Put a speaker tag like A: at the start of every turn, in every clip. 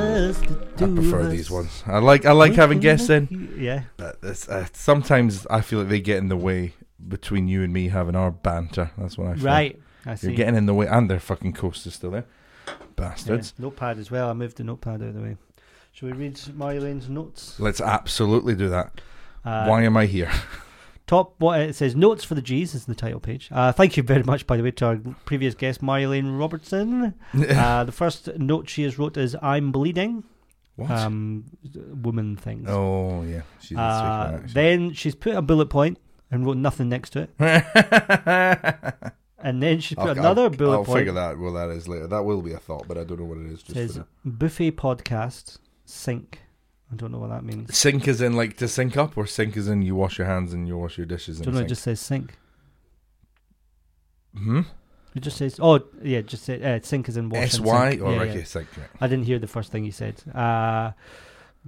A: I prefer these ones. I like I like having guests in,
B: Yeah.
A: but it's, uh, sometimes I feel like they get in the way between you and me having our banter. That's what I feel.
B: Right. I see.
A: You're getting in the way, and their fucking coaster's still there,
B: Yeah,
A: bastards.
B: Notepad as well. I moved the notepad out of the way. Shall we read Marlene's notes?
A: Let's absolutely do that.
B: Uh,
A: Why am I here?
B: Top what it says notes for the G's is the title page. Uh, thank you very much, by the way, to our previous guest Marlene Robertson. uh, the first note she has wrote is "I'm bleeding."
A: What?
B: Um, woman things.
A: oh yeah, she did
B: Uh,
A: speak
B: then she's put a bullet point and wrote nothing next to it,
A: about it.
B: and then she put
A: I'll-
B: another
A: I'll,
B: bullet
A: I'll
B: point
A: figure that what that is later. That will be a thought, but I don't know what it is. Just
B: says
A: for now.
B: buffet podcast sink. I don't know what that means.
A: sink is in like to sink up, or sink is in you wash your hands and you wash your dishes. And
B: don't know. It
A: sink.
B: just says sink.
A: hmm?
B: It just says, oh, yeah, it just said, uh, sink is in wash. and
A: S Y
B: sink.
A: or
B: Yeah,
A: right,
B: yeah.
A: yeah, sink. yeah.
B: I didn't hear the first thing you said. Uh,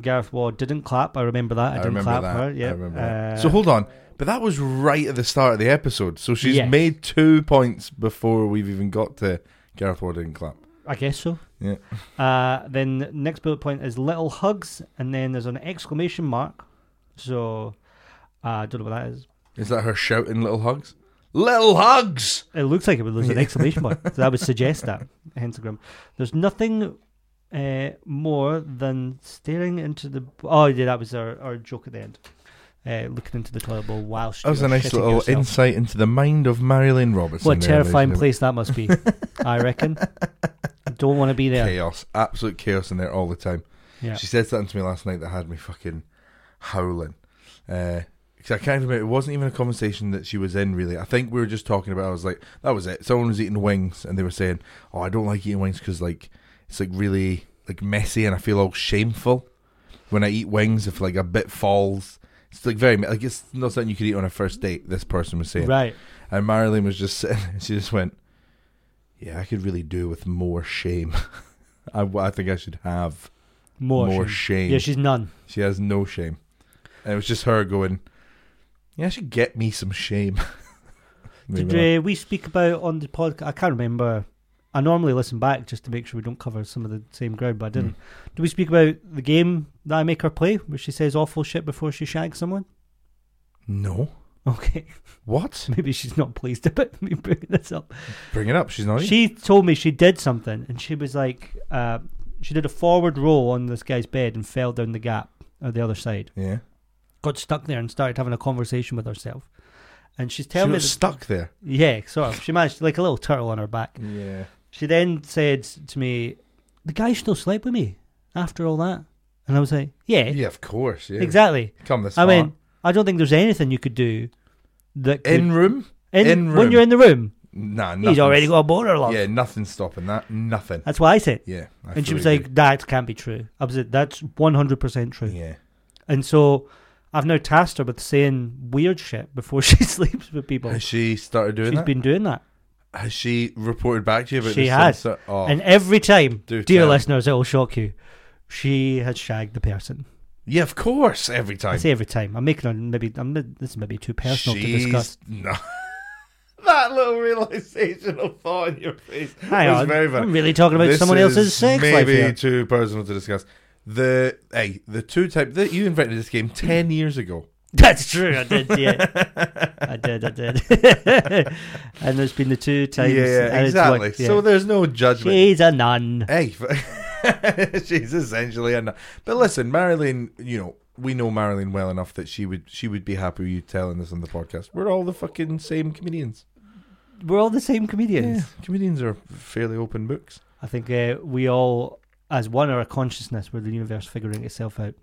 B: Gareth Ward didn't clap. I remember that. I,
A: I
B: didn't
A: remember
B: clap
A: that.
B: her. Yeah.
A: I remember that.
B: Uh,
A: So hold on, but that was right at the start of the episode. So she's
B: Yes.
A: made two points before we've even got to Gareth Ward and clap.
B: I guess so.
A: Yeah.
B: Uh, then next bullet point is little hugs, and then there's an exclamation mark. So uh, I don't know what that is.
A: Is that her shouting little hugs? Little hugs.
B: It looks like it was there's an exclamation mark. So that would suggest that. Hence the grim. There's nothing uh, more than staring into the. Oh, yeah, that was our, our joke at the end. Uh, looking into the toilet bowl whilst
A: That was
B: you're
A: a nice
B: shitting
A: little
B: yourself.
A: insight into the mind of Marilyn Robertson.
B: What a
A: there, ladies and
B: terrifying
A: gentlemen.
B: place that must be. I reckon. I don't want to be there.
A: Chaos, absolute chaos in there all the time.
B: Yeah.
A: She said something to me last night that had me fucking howling. Because I can't remember. It wasn't even a conversation that she was in, really. I think we were just talking about. I was like, that was it. Someone was eating wings, and they were saying, "Oh, I don't like eating wings because like it's like really like messy, and I feel all shameful when I eat wings if like a bit falls." It's like very like it's not something you could eat on a first date. This person was saying,
B: Right.
A: and Marilyn was just sitting there, and she just went, Yeah, I could really do with more shame. I, I think I should have
B: More.
A: more,
B: shame.
A: shame.
B: Yeah,
A: she-,
B: she's none.
A: has no shame. And it was just her going, Yeah, I should get me some shame. Maybe not.
B: Did uh, we speak about on the podcast? I can't remember. I normally listen back just to make sure we don't cover some of the same ground, but I
A: Hmm.
B: didn't. Did we speak about the game that I make her play, where she says awful shit before she shags someone?
A: no.
B: Okay,
A: What?
B: maybe she's not pleased about me bringing this up.
A: Bring it up. She's not eating.
B: She told me she did something, and she was like, uh, she did a forward roll on this guy's bed and fell down the gap on the other side.
A: Yeah.
B: Got stuck there and started having a conversation with herself. And she's
A: She
B: telling me,
A: was stuck there.
B: that- yeah, sort of. She managed like a little turtle on her back.
A: Yeah.
B: She then said to me, "The guy still slept with me after all that," and I was like, "Yeah,
A: Yeah, of course. Yeah.
B: exactly."
A: Come this far.
B: I mean, I don't think there's anything you could do that could,
A: in room?
B: in-
A: in
B: when
A: room.
B: you're in the room.
A: Nah, nothing.
B: He's already got a boner, love.
A: Yeah, nothing's stopping that. Nothing.
B: That's what I said,
A: Yeah. I
B: and she
A: fully
B: was
A: agree.
B: like, "That can't be true." I was like, "That's one hundred percent true,"
A: Yeah.
B: and so. I've now tasked her with saying weird shit before she sleeps with people.
A: Has
B: She's
A: she started doing that?
B: been doing that.
A: Has she reported back to you about
B: She
A: this?
B: has.
A: since, uh, oh,
B: And every time,
A: Do
B: dear
A: tell.
B: listeners, it will shock you, she has shagged the person.
A: yeah, of course, every
B: I
A: time.
B: say every time. I'm making a maybe. I'm, this is maybe too personal to discuss.
A: No. that little realizational thought in your face
B: Hang
A: was
B: on,
A: very funny.
B: I'm really talking about
A: This
B: someone
A: is
B: else's sex
A: maybe
B: life here.
A: too personal to discuss. The hey, the two type that you invented this game ten years ago.
B: That's true. I did. Yeah, I did. I did. and there's been the two times.
A: yeah,
B: and it's
A: exactly.
B: worked, yeah.
A: So there's no judgment.
B: she's a nun.
A: Hey, she's essentially a. nu- But listen, Marilyn, you know we know Marilyn well enough that she would she would be happy with you telling this on the podcast. We're all the fucking same comedians.
B: We're all the same comedians.
A: comedians are fairly open books.
B: I think uh, we all, as one, are a consciousness. We're the universe figuring itself out.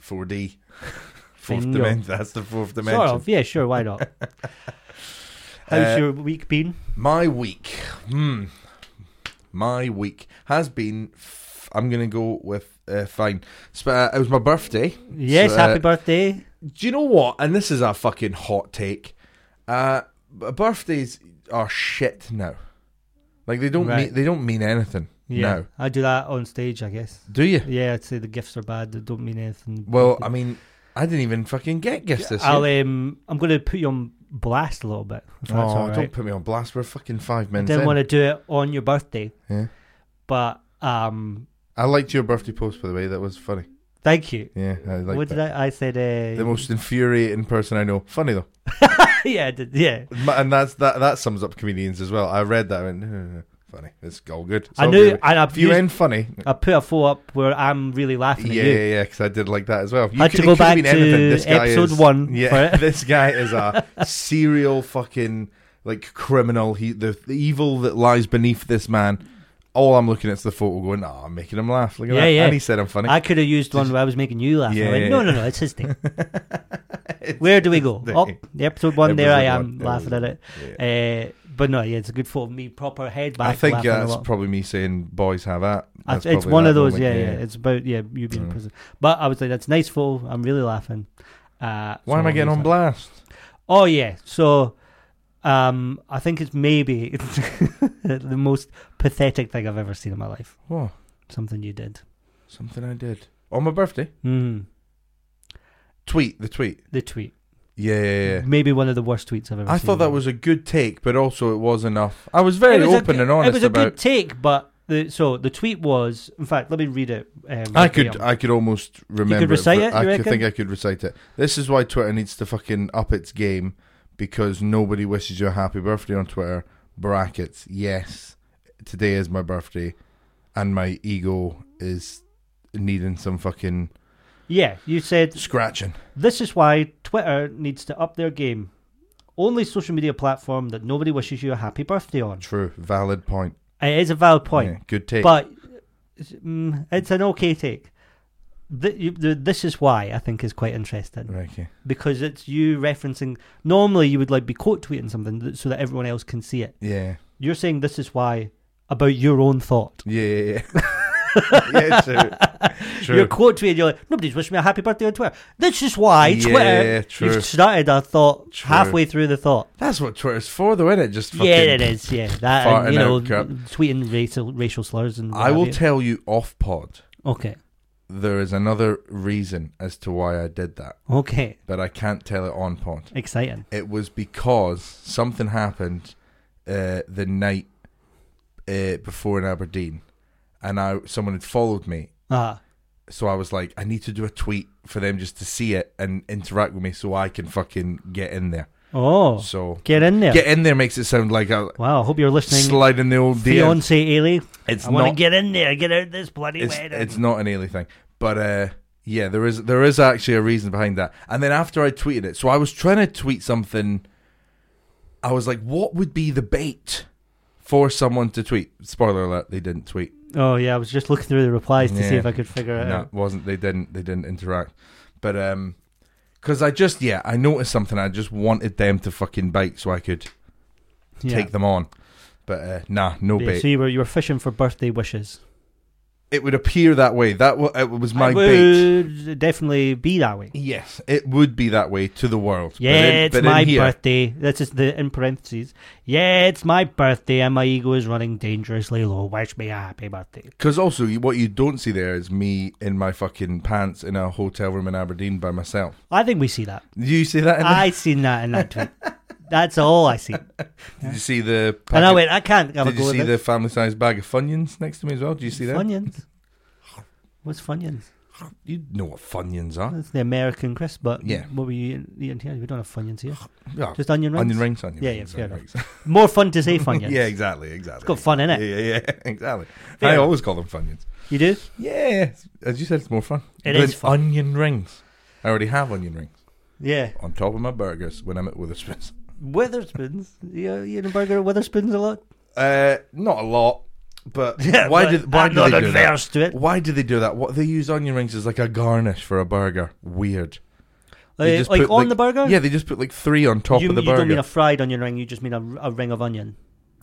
A: 4D, fourth
B: Bingo.
A: dimension. That's the fourth dimension.
B: Sort of. Yeah, sure. Why not?
A: Uh,
B: How's your week been?
A: My week, hmm, my week has been. F- I'm gonna go with uh, fine. Sp- uh, it was my birthday.
B: Yes.
A: so, uh,
B: happy birthday.
A: do you know what? And this is a fucking hot take. Uh, b- birthdays are shit now. Like they don't
B: Right.
A: mean they don't mean anything
B: Yeah.
A: now.
B: I do that on stage, I guess.
A: Do you?
B: Yeah, I'd say the gifts are bad. They don't mean anything.
A: Well, I mean, I didn't even fucking get gifts this
B: I'll
A: year.
B: um, I'm going to put you on blast a little bit. If that's
A: Oh,
B: all right.
A: don't put me on blast. We're fucking five minutes
B: Didn't
A: in.
B: want to do it on your birthday,
A: Yeah.
B: but um,
A: I liked your birthday post, by the way. That was funny.
B: Thank you.
A: Yeah, I liked
B: what
A: that.
B: did I? I said. Uh,
A: The most infuriating person I know. Funny though,
B: yeah, I did, yeah.
A: Ma- and that's that. That sums up comedians as well. I read that. I went, "Eh, funny. It's all good. It's
B: I
A: all
B: knew.
A: good."
B: And I've
A: If you
B: used-
A: end funny,
B: I put a photo up where I'm really laughing
A: yeah,
B: at you.
A: yeah, yeah, because I did like that as well. You
B: Had
A: could-
B: to
A: it
B: go
A: could have
B: back
A: been anything.
B: to
A: This guy
B: episode
A: is-
B: one
A: Yeah,
B: for it.
A: this guy is a serial fucking like criminal. He the, the evil that lies beneath this man. All I'm looking at is the photo, going, "Ah, I'm making him laugh." Look at
B: Yeah,
A: that.
B: yeah.
A: And he said, "I'm funny."
B: I could have used one where I was making you laugh.
A: Yeah,
B: I went,
A: yeah,
B: no,
A: yeah.
B: no, no, it's his thing. Where do we go?
A: the-
B: Oh, the episode one, there I
A: Episode
B: am
A: one,
B: laughing at it.
A: yeah.
B: Uh, but no, yeah, it's a good photo of me, proper head back.
A: I think
B: laughing a
A: that's
B: lot.
A: probably me saying, "Boys have that."
B: I-
A: That's
B: it's
A: probably
B: one
A: that
B: of those, yeah,
A: moment,
B: yeah, It's about yeah you being in
A: Mm.
B: prison. But I was like, that's a nice photo. I'm really laughing. Uh,
A: Why
B: so
A: am I getting on
B: used that.
A: blast?
B: Oh yeah, so um, I think it's maybe the most pathetic thing I've ever seen in my life.
A: Oh,
B: Something you did.
A: something I did on my birthday.
B: Mm,
A: Tweet the tweet.
B: the tweet,
A: Yeah, yeah, yeah.
B: maybe one of the worst tweets I've ever.
A: I
B: seen
A: thought
B: in my
A: that
B: life.
A: was a good take, but also it was enough. I was very
B: It was a
A: open
B: good-
A: and honest
B: It was a
A: about.
B: good take, but the so the tweet was. In fact, let me read it. Um,
A: I
B: right
A: could,
B: now.
A: I could almost remember.
B: recite
A: for-
B: it, you
A: I could-
B: reckon?
A: think I could recite it. This is why Twitter needs to fucking up its game because nobody wishes you a happy birthday on Twitter. Brackets. Yes, today is my birthday, and my ego is needing some fucking
B: yeah, you said
A: scratching.
B: This is why Twitter needs to up their game. Only social media platform that nobody wishes you a happy birthday on.
A: True, valid point.
B: It is a valid point,
A: Yeah, good take.
B: but mm, it's an okay take. Th- you- th- This is why I think is quite interesting
A: Right, okay.
B: because it's you referencing. Normally, you would like be quote tweeting something th- so that everyone else can see it.
A: Yeah.
B: You're saying this is why about your own thought.
A: Yeah, yeah, yeah. yeah, true. True.
B: You're quote tweeting. You're like nobody's wishing me a happy birthday on Twitter. This is why
A: Yeah,
B: Twitter.
A: true.
B: You've started a thought
A: True.
B: halfway through the thought.
A: That's what Twitter's for, though, isn't it? Just fucking
B: Yeah, it is. Yeah, that
A: farting
B: and, you know,
A: out crap.
B: tweeting racial racial slurs and. what
A: I
B: have
A: will
B: you.
A: tell you off pod.
B: okay.
A: There is another reason as to why I did that,
B: Okay.
A: but I can't tell it on pod.
B: Exciting.
A: It was because something happened uh, the night uh, before in Aberdeen, and I someone had followed me,
B: Ah,
A: so I was like, I need to do a tweet for them just to see it and interact with me, so I can fucking get in there.
B: oh,
A: So
B: get in there.
A: get in there makes it sound like I
B: wow, hope you're listening,
A: slide in the old DM.
B: fiance Ailey.
A: It's
B: I want to
A: not
B: get in there, get out this bloody
A: it's,
B: wedding.
A: it's not an Ailey thing. But uh, yeah, there is there is actually a reason behind that. And then after I tweeted it, so I was trying to tweet something. I was like, what would be the bait for someone to tweet? Spoiler alert: they didn't tweet.
B: oh yeah, I was just looking through the replies to see
A: Yeah.
B: if I could figure it
A: No,
B: out.
A: it wasn't they didn't they didn't interact. But um, because I just yeah, I noticed something. I just wanted them to fucking bite so I could
B: Yeah.
A: take them on. But uh, nah, no
B: Yeah,
A: bait.
B: So you were you were fishing for birthday wishes.
A: it would appear that way. That wa it was my
B: I
A: bait.
B: would definitely be that way.
A: Yes, it would be that way to the world. But
B: Yeah,
A: in-
B: it's
A: but in
B: my
A: here-
B: birthday. That's just the in parentheses. Yeah, it's my birthday, and my ego is running dangerously low. Wish me a happy birthday.
A: Because also, you- what you don't see there is me in my fucking pants in a hotel room in Aberdeen by myself.
B: I think we see that.
A: Did you see that? In the,
B: I seen that in that tweet. That's all I see.
A: did you see the?
B: And I
A: packet-
B: went, I can't have a
A: Did you
B: go
A: see
B: with
A: the
B: this.
A: family-sized bag of Funyuns next to me as well? Do you see that?
B: Funyuns. What's Funyuns?
A: You know what Funyuns are?
B: That's the American crisp, but
A: Yeah.
B: what were you eating- eating here? We don't have Funyuns here.
A: Yeah,
B: Just onion rings.
A: onion rings. Onion
B: Yeah,
A: rings,
B: yeah, fair
A: onion
B: enough.
A: rings.
B: More fun to say Funyuns.
A: yeah, exactly, exactly.
B: It's got fun in
A: Yeah,
B: it.
A: yeah, yeah, exactly.
B: Fair
A: I
B: enough.
A: always call them Funyuns.
B: You do?
A: Yeah, as you said, it's more fun.
B: It
A: Than
B: is fun.
A: Onion rings. I already have onion rings
B: Yeah.
A: on top of my burgers when I'm at Witherspoon's.
B: Witherspoons. You eat a burger at Witherspoons a lot?
A: Uh, not a lot, but why
B: but
A: did why
B: I'm
A: do
B: not
A: they do that?
B: adverse to it.
A: Why do they do that? What they use onion rings as like a garnish for a burger. Weird. They
B: Like,
A: just
B: like
A: put,
B: on the burger?
A: Yeah, they just put like three on top
B: you,
A: of the
B: you
A: burger.
B: don't mean a fried onion ring, you just mean a, a ring of onion.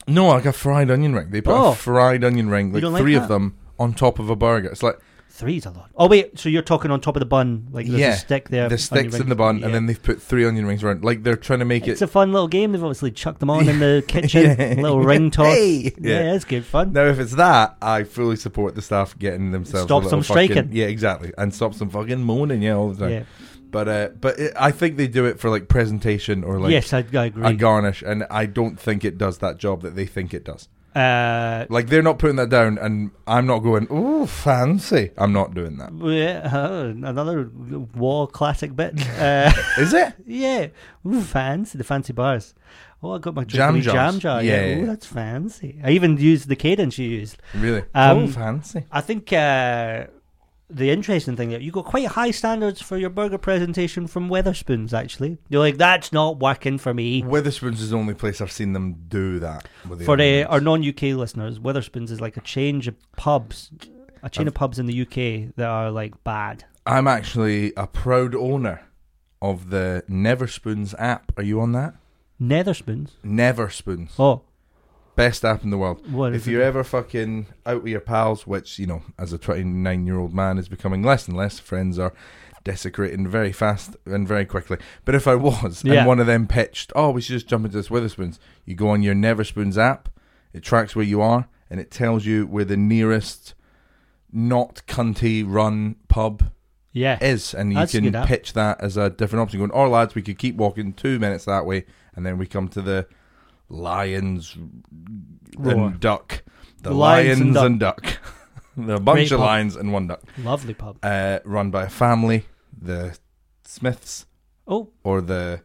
A: no, like a fried onion ring. They put
B: Oh.
A: a fried onion ring, like
B: don't like
A: three of
B: that?
A: them on top of a burger. It's like
B: Three's a lot. Oh, wait, so you're talking on top of the bun. Like there's
A: yeah,
B: a stick there.
A: the
B: onion
A: sticks in
B: rings.
A: the bun,
B: Yeah.
A: and then they've put three onion rings around. Like they're trying to make
B: It's
A: it.
B: a fun little game. They've obviously chucked them on in the kitchen.
A: Yeah.
B: Little ring toss.
A: Hey!
B: Yeah,
A: Yeah.
B: that's good fun.
A: now, if it's that, I fully support the staff getting themselves. a
B: Stops
A: little
B: them
A: fucking-
B: striking.
A: Yeah, exactly, and stops them fucking moaning. Yeah, all the time.
B: yeah.
A: But uh, but it, I think they do it for like presentation or like
B: yes, I, I agree.
A: a garnish, and I don't think it does that job that they think it does.
B: Uh,
A: Like they're not putting that down, and I'm not going. Ooh, fancy! I'm not doing that.
B: yeah, uh, another war classic bit. Uh,
A: Is it?
B: yeah, ooh, fancy the fancy bars. Oh, I got my
A: Jam
B: jam,
A: jars.
B: jam jar. Yeah,
A: Yeah, yeah, yeah.
B: Ooh, that's fancy. I even used the cadence you used.
A: Really?
B: Um,
A: oh, fancy!
B: I think uh, the interesting thing that you got quite high standards for your burger presentation from Weatherspoons. Actually, you're like, that's not working for me.
A: Witherspoon's is the only place I've seen them do that. With the
B: For uh,
A: onions.
B: our non-UK listeners, Witherspoons is like a change of pubs, a chain of pubs in the UK that are like bad.
A: I'm actually a proud owner of the Neverspoons app. Are you on that?
B: Netherspoons.
A: Neverspoons,
B: Oh,
A: best app in the world.
B: what
A: if
B: is
A: you're
B: it?
A: ever fucking out with your pals, which you know, as a 29 year old man, is becoming less and less. Friends are desecrating very fast and very quickly. But if I was,
B: Yeah.
A: and one of them pitched, "Oh, we should just jump into this Witherspoons," you go on your Neverspoons app. It tracks where you are, and it tells you where the nearest not cunty run pub
B: yeah,
A: is, and you
B: That's a
A: can
B: good app.
A: pitch that as a different option. Going, "Oh, lads, we could keep walking two minutes that way, and then we come to the lions
B: Roar.
A: and duck. The
B: Lions
A: lions,
B: and
A: and duck. They're a bunch
B: Great
A: of
B: pub.
A: lions and one duck.
B: lovely pub.
A: Uh, run by a family, the Smiths
B: Oh,
A: or the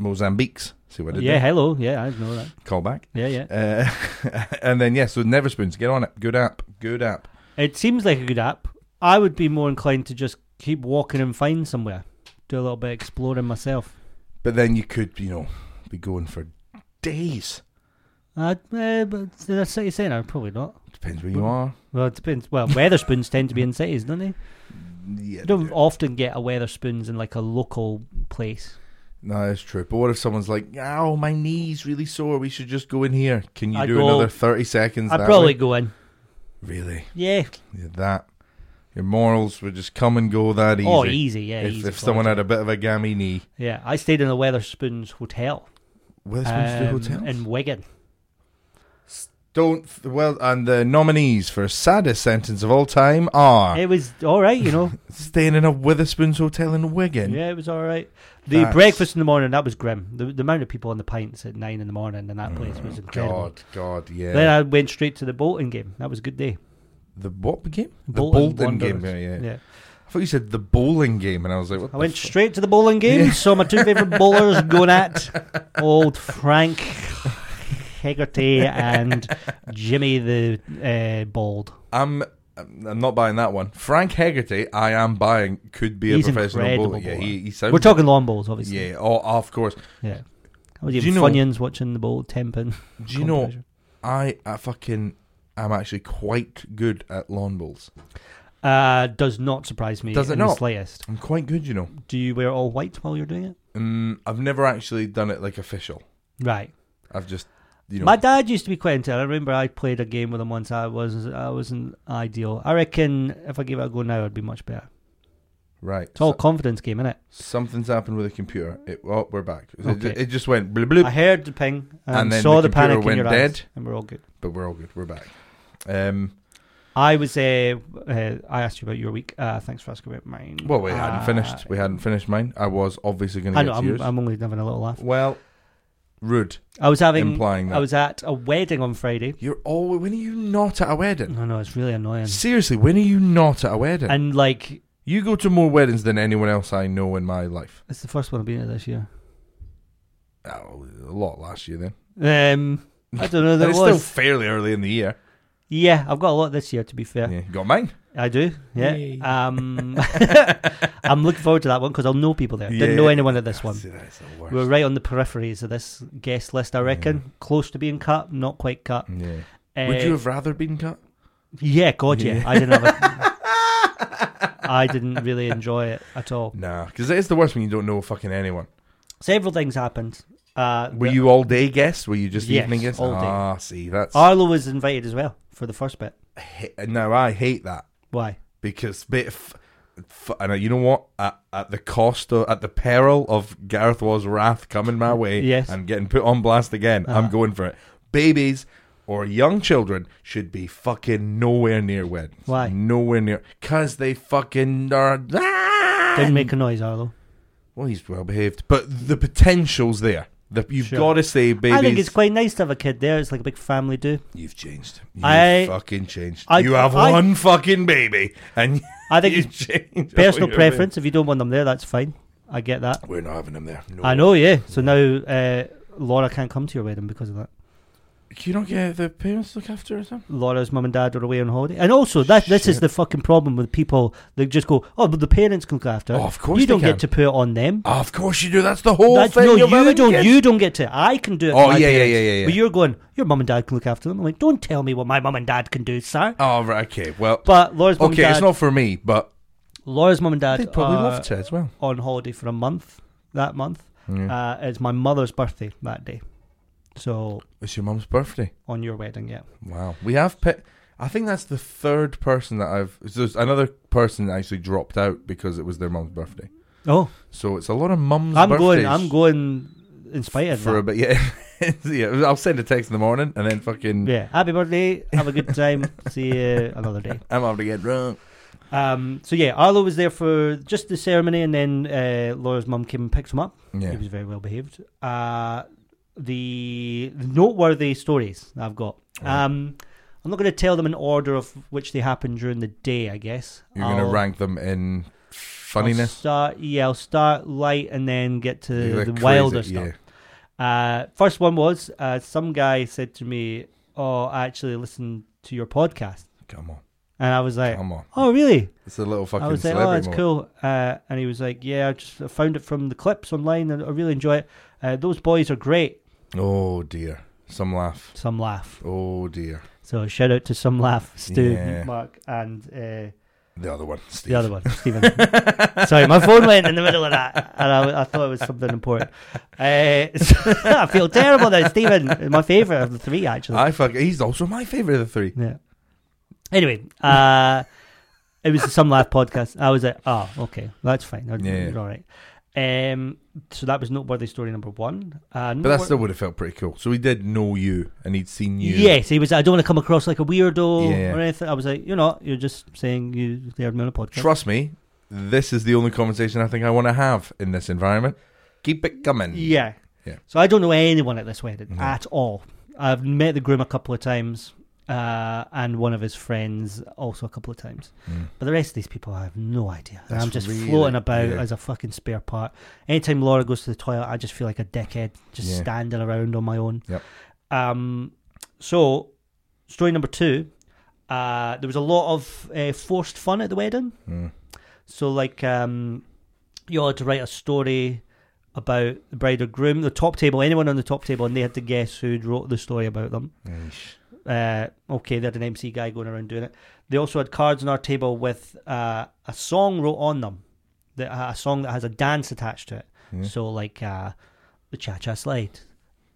A: Mozambiques. See what I did
B: yeah,
A: yeah.
B: hello, yeah, I know that.
A: Call back.
B: Yeah, yeah.
A: Uh, and then, yeah, so Neverspoons, get on it. Good app. Good app.
B: It seems like a good app. I would be more inclined to just keep walking and find somewhere, do a little bit of exploring myself.
A: But then you could, you know, be going for days.
B: Uh, eh, but in a city centre, probably not.
A: Depends where you are.
B: Well, it depends. Well, Weatherspoons tend to be in cities, don't they?
A: Yeah,
B: You don't often get a Weatherspoons in like a local place.
A: No, that's true. But what if someone's like, "Oh, my knee's really sore. We should just go in here." Can you
B: I'd
A: do
B: go-
A: another thirty seconds?
B: I'd
A: that
B: probably
A: way?
B: go in.
A: really
B: Yeah.
A: yeah, that. Your morals would just come and go that easy.
B: Oh, easy. Yeah.
A: if
B: easy
A: if someone
B: quality.
A: had a bit of a gammy knee,
B: Yeah, I stayed in a Weatherspoons hotel.
A: Witherspoon's um,
B: um,
A: hotel.
B: in Wigan.
A: Don't f- well, and the nominees for saddest sentence of all time are
B: It was all right, you know.
A: staying in a Witherspoon's hotel in Wigan.
B: yeah, it was all right. The
A: That's-
B: breakfast in the morning that was grim. The, the amount of people on the pints at nine in the morning in that place was incredible.
A: Mm, God, God, yeah.
B: Then I went straight to the Bolton game. That was a good day.
A: the what game? The
B: Bolton
A: Bolton game. Yeah,
B: Wanderers.
A: yeah.
B: Yeah,
A: I thought you said the bowling game, and I was like, what
B: I
A: the
B: went
A: fuck?
B: straight to the bowling game.
A: Yeah.
B: Saw my two favourite bowlers going at old Frank Hegarty and Jimmy the uh, Bald.
A: I'm I'm not buying that one. Frank Hegarty, I am buying. Could be a
B: He's
A: professional
B: incredible
A: bowler. Yeah,
B: bowler.
A: he, he sounds.
B: We're talking lawn bowls, obviously.
A: Um, Yeah, oh, of course.
B: yeah. I was
A: Do
B: eating
A: you know-
B: Funyuns watching the bowl temping.
A: Do you know I, I fucking am actually quite good at lawn bowls.
B: Uh, does not surprise me
A: Does it
B: in the
A: not?
B: slightest.
A: I'm quite good, you know.
B: Do you wear all white while you're doing it?
A: Um, I've never actually done it like official.
B: Right.
A: I've just you know.
B: My dad used to be quite into it. I remember I played a game with him once. I was I wasn't ideal. I reckon if I gave it a go now, I'd be much better.
A: right.
B: It's all
A: so-
B: confidence game, innit?
A: something's happened with the computer. It, oh, we're back. It-
B: Okay.
A: It, just went bloop bloop.
B: I heard the ping and,
A: And then
B: saw
A: the
B: the,
A: computer
B: panic in
A: went
B: your
A: dead.
B: eyes, and we're all good.
A: But we're all good. We're back. Um.
B: I was. Uh, uh, I asked you about your week. Uh, thanks for asking about mine.
A: Well, we
B: Uh,
A: hadn't finished. We hadn't finished mine. I was obviously going
B: I
A: to
B: know.
A: get to
B: I'm,
A: yours.
B: I'm only having a little laugh.
A: well, rude.
B: I was having.
A: implying that.
B: I was at a wedding on Friday.
A: You're always. When are you not at a wedding?
B: No, no, it's really annoying.
A: Seriously, when are you not at a wedding?
B: Oh, And like,
A: you go to more weddings than anyone else I know in my life.
B: it's the first one I've been at this year.
A: Oh, a lot last year then.
B: Um, I don't know.
A: And
B: There
A: it's
B: was.
A: still fairly early in the year.
B: Yeah, I've got a lot this year. To be fair,
A: Yeah, you got mine.
B: I do. Yeah.
A: Yay.
B: Um, I'm looking forward to that one because I'll know people there. Didn't know
A: Yeah.
B: anyone at this one.
A: See, that's the worst.
B: We're right on the peripheries of this guest list, I reckon. Close to being cut, not quite cut.
A: yeah.
B: Uh,
A: Mm. Would you have rather been cut?
B: Yeah, God, yeah.
A: Yeah. Uh,
B: I didn't have. A, I didn't really enjoy it at all.
A: Nah, because it is the worst when you don't know fucking anyone.
B: Several things happened. Uh,
A: Were
B: the-
A: you all day guests? Were you just
B: Yes,
A: evening guests?
B: all day.
A: Ah, see, that's.
B: Arlo was invited as well for the first bit.
A: he- now I hate that.
B: Why?
A: because bit f- f- and uh, you know what at, at the cost of at the peril of Gareth Waugh's wrath coming my way
B: Yes.
A: and getting put on blast again I'm
B: Uh-huh.
A: going for it babies or young children should be fucking nowhere near weddings
B: Why?
A: nowhere near cuz they fucking are ah!
B: Didn't make a noise, Arlo.
A: well he's well behaved but the potential's there The, you've
B: Sure.
A: got to say, babies. Oh,
B: I think it's quite nice to have a kid there. It's like a big family do.
A: You've changed. You
B: I-
A: fucking changed.
B: I-
A: you have
B: I-
A: one fucking baby, and
B: I think
A: you
B: it's
A: change.
B: personal
A: all your
B: preference. If you don't want them there, that's fine. I get that.
A: We're not having them there. No.
B: I know, yeah. So now uh, Laura can't come to your wedding because of that.
A: Can you not get the parents to look after or something?
B: Laura's mum and dad are away on holiday, and also that this is
A: Shit.
B: the fucking problem with people that just go, "Oh, but the parents can look after." it."
A: Oh, of course
B: you
A: they
B: don't
A: can.
B: get to put it on them.
A: Ah, of course you do. That's the whole
B: That's-
A: thing.
B: no,
A: You're
B: you
A: having
B: don't.
A: kids.
B: You don't get to. I can do it. for
A: Oh,
B: my
A: yeah, yeah,
B: parents.
A: yeah, yeah, yeah.
B: But you're going. Your mum and dad can look after them. I'm like, don't tell me what my mum and dad can do, sir.
A: Oh, right. Okay. Well.
B: But Laura's mum
A: okay.
B: and
A: It's
B: dad.
A: not for me, but
B: Laura's mum and dad uh,
A: they probably
B: are
A: love to as well.
B: on holiday for a month. That month,
A: Yeah.
B: uh, it's my mother's birthday that day. So
A: it's your mum's birthday.
B: on your wedding, yeah.
A: Wow. We have pet. I think that's the third person that I've. so There's another person that actually dropped out because it was their mum's birthday.
B: Oh,
A: So it's a lot of mums.
B: I'm
A: birthdays
B: going. I'm going. In spite of
A: for
B: that.
A: a bit. Yeah. yeah. I'll send a text in the morning and then fucking.
B: Yeah, happy birthday. Have a good time. See you another day.
A: I'm having to get drunk.
B: Um, so yeah, Arlo was there for just the ceremony, and then uh, Laura's mum came and picked him up. He
A: Yeah.
B: was very well behaved. Uh, the noteworthy stories that I've got.
A: Right.
B: Um, I'm not going to tell them in order of which they happened during the day. I guess
A: You're gonna
B: I'll-
A: rank them in funniness.
B: I'll start, yeah, I'll start light and then get to
A: Yeah,
B: the
A: crazy,
B: wilder
A: yeah.
B: stuff. Uh, first one was uh, some guy said to me, "Oh, I actually listened to your podcast,"
A: Come on,
B: and I was like,
A: come on.
B: "Oh, really?"
A: It's a little fucking
B: I was like,
A: celebrity
B: "Oh, that's
A: moment.
B: cool." Uh, and he was like, "Yeah, I just I found it from the clips online, and I really enjoy it. Uh, those boys are great."
A: Oh dear, some laugh.
B: Some laugh.
A: Oh dear,
B: So shout out to some laugh, Stu,
A: Yeah.
B: Mark, and uh,
A: the other one. Steve.
B: the other one, Stephen. Sorry, my phone went in the middle of that, and I, I thought it was something important. Uh, I feel terrible now, Stephen. My favourite of the three, actually.
A: I fuck. He's also my favorite of the three.
B: yeah. Anyway, uh, it was the Some Laugh podcast. I was like, oh, okay, that's fine. You're-
A: Yeah.
B: you're all right. Um, so that was noteworthy story number one. Uh,
A: But that
B: noteworthy-
A: still would have felt pretty cool. So he did know you, and he'd seen you.
B: Yes, he was. I don't want to come across like a weirdo
A: Yeah.
B: or anything. I was like, you're not. You're just saying you they heard me on a podcast.
A: Trust me, this is the only conversation I think I want to have in this environment. Keep it coming.
B: Yeah.
A: Yeah. Mm-hmm.
B: So I don't know anyone at this wedding
A: No.
B: at all. I've met the groom a couple of times, uh, and one of his friends also a couple of times.
A: Mm.
B: But the rest of these people, I have no idea. And
A: That's
B: I'm just
A: really-
B: floating about
A: yeah.
B: as a fucking spare part. Anytime Laura goes to the toilet, I just feel like a dickhead, just
A: Yeah.
B: standing around on my own.
A: Yep.
B: Um. So, story number two. Uh, there was a lot of uh, forced fun at the wedding.
A: Mm.
B: So like um you all had to write a story about the bride or groom, the top table, anyone on the top table, and they had to guess who'd wrote the story about them.
A: Yeesh.
B: Uh, okay, they had an MC guy going around doing it. They also had cards on our table with uh, a song wrote on them, that, uh, a song that has a dance attached to it.
A: Yeah.
B: So like uh, the Cha Cha Slide,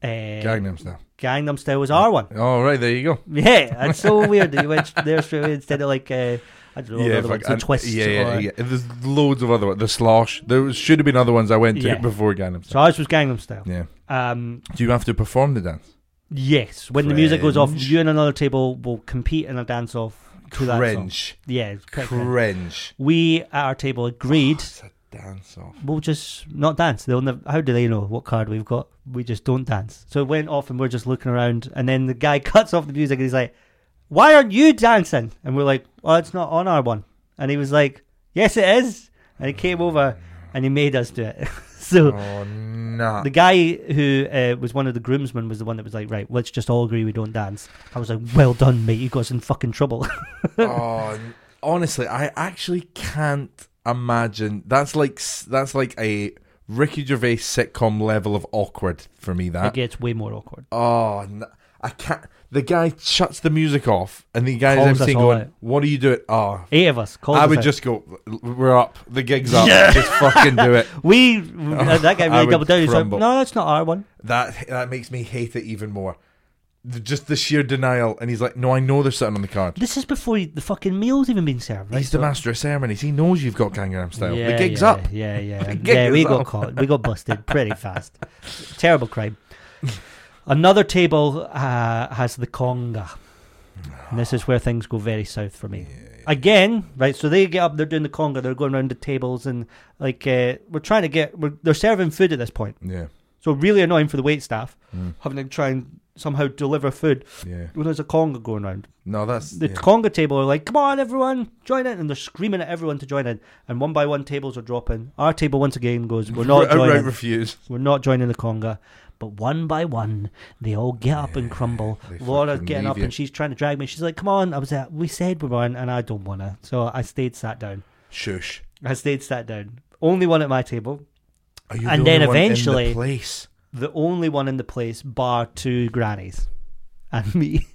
B: uh,
A: Gangnam Style.
B: Gangnam Style was our one.
A: All right, there you go.
B: Yeah, that's so weird that you went there straight away instead of like uh, I don't know the other
A: fuck,
B: ones, the
A: and-
B: twists.
A: Yeah, yeah,
B: or-
A: yeah. There's loads of other ones. The slosh. There was- should have been other ones I went to
B: Yeah.
A: before Gangnam
B: So
A: Style.
B: ours was Gangnam Style.
A: yeah.
B: Um,
A: Do you have to perform the dance?
B: Yes, when the music goes off,
A: Cringe.
B: you and another table will compete in a dance off to that song.
A: Cringe.
B: Yeah, it's quite cringe.
A: Cringe.
B: We at our table agreed
A: It's a dance off.
B: we'll just not dance. They'll never, how do they know what card we've got? We just don't dance. So it went off, and we're just looking around, and then the guy cuts off the music, and he's like, "Why aren't you dancing?" And we're like, "Oh, it's not on our one." And he was like, "Yes, it is." And he came over, and he made us do it. so.
A: Oh, nah.
B: The guy who uh, was one of the groomsmen was the one that was like, right, let's just all agree we don't dance. I was like, well done, mate. You got us in fucking trouble.
A: oh, n- honestly, I actually can't imagine. That's like s- that's like a Ricky Gervais sitcom level of awkward for me.
B: it
A: That
B: gets way more awkward.
A: oh, n I can't. The guy shuts the music off, and the guy's
B: Calls us
A: emceeing
B: all
A: going,
B: out.
A: "What are you doing?" Oh,
B: Eight of us. Called
A: I
B: us
A: would
B: out.
A: just go, "We're up. The gig's up. Just fucking do it."
B: We, uh, that guy
A: I
B: really
A: would
B: doubled down. He's like,
A: crumble.
B: no, that's not our one.
A: That that makes me hate it even more. The- Just the sheer denial, and he's like, "No, I know they're sitting on the card."
B: This is before you- the fucking meal's even been served. Right?
A: He's the
B: So-
A: master of ceremonies. He knows you've got Gangnam Style.
B: Yeah,
A: the gig's
B: yeah,
A: up.
B: Yeah, yeah.
A: gig
B: yeah, we
A: is
B: got
A: up.
B: caught. We got busted pretty fast. Terrible crime. Another table uh, has the conga. And this is where things go very south for me. Again, right? So they get up, they're doing the conga, they're going around the tables, and like uh, we're trying to get, we're, they're serving food at this point.
A: Yeah.
B: So really annoying for the wait staff
A: Mm.
B: having to try and somehow deliver food
A: Yeah.
B: when there's a conga going around.
A: No, that's
B: The
A: yeah.
B: conga table are like, come on, everyone, join in. And they're screaming at everyone to join in. And one by one, tables are dropping. Our table once again goes, we're not
A: outright
B: joining.
A: refuse.
B: We're not joining the conga. But one by one, they all get up and crumble.
A: they
B: Laura's
A: fucking
B: getting
A: leave
B: up
A: you.
B: and she's trying to drag me. She's like, come on. I was like, we said we weren't, and I don't want to. So I stayed sat down.
A: Shush.
B: I stayed sat down. Only one at my table.
A: Are you
B: And
A: the
B: then
A: only one in the
B: eventually-
A: place.
B: the only one in the place, bar two grannies and me.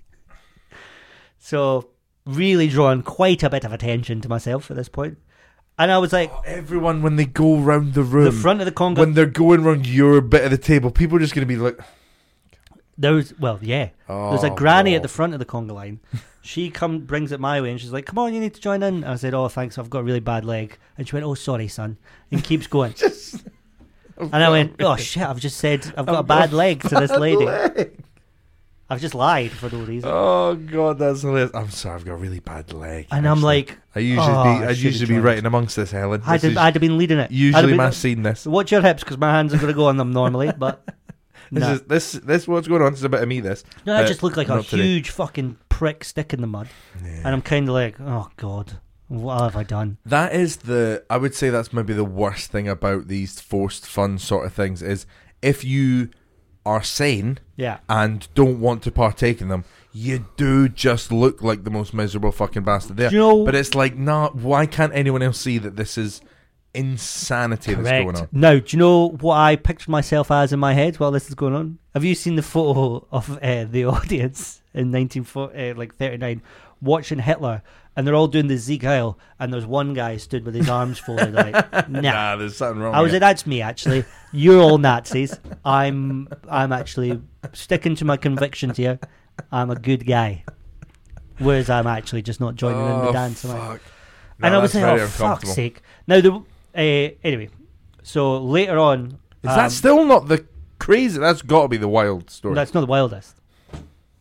B: so, really drawing quite a bit of attention to myself at this point. And I was like,
A: Oh, everyone when they go round the room,
B: the front of the conga,
A: when they're going round your bit of the table, people are just going to be like,
B: there was, well, yeah,
A: oh,
B: there's a granny at the
A: God.
B: front of the conga line. she come brings it my way and she's like, come on, you need to join in. And I said, oh, thanks, I've got a really bad leg. And she went, oh, sorry, son, and keeps going. and I went, oh, shit, I've just said I've got a
A: I've got
B: bad leg to this lady.
A: Leg.
B: I've just lied for no reason.
A: Oh God, that's hilarious. I'm sorry, I've got a really bad leg.
B: and I'm
A: Oh, actually.
B: like,
A: I usually
B: "Oh,
A: be,
B: I
A: I
B: should've
A: usually be
B: joined."
A: writing amongst this, Helen.
B: I'd,
A: This
B: have,
A: is
B: I'd have been leading it. I'd have
A: usually
B: been,
A: my scene. This,
B: So watch your hips because my hands are going to go on them normally. But
A: this
B: no,
A: is this this what's going on. This is a bit of me. This.
B: no I
A: uh,
B: just look like a
A: not today.
B: huge fucking prick stick in the mud, and I'm kind of like, oh god, what have I done?
A: That is the I would say that's maybe the worst thing about these forced fun sort of things is if you are sane
B: Yeah,
A: and don't want to partake in them, you do just look like the most miserable fucking bastard there.
B: Do you know-
A: but it's like, nah, why can't anyone else see that this is insanity that's going on?
B: correct. Now, do you know what I pictured myself as in my head while this is going on? Have you seen the photo of uh, the audience in 1940, uh, like 39, watching Hitler, and they're all doing the Zeke Heil, and there's one guy stood with his arms folded, like, nah,
A: Nah, there's something wrong.
B: I was
A: here.
B: like, that's me actually. You're all Nazis. I'm I'm actually sticking to my convictions here. I'm a good guy. Whereas I'm actually just not joining in the
A: Oh,
B: dance. am I?
A: fuck.
B: and
A: Nah,
B: I was
A: that's
B: like,
A: very
B: oh fuck's
A: uncomfortable.
B: sake. Now the uh, anyway, so later on,
A: Is that
B: um,
A: still not the crazy? That's got to be the wild story.
B: that's not the wildest.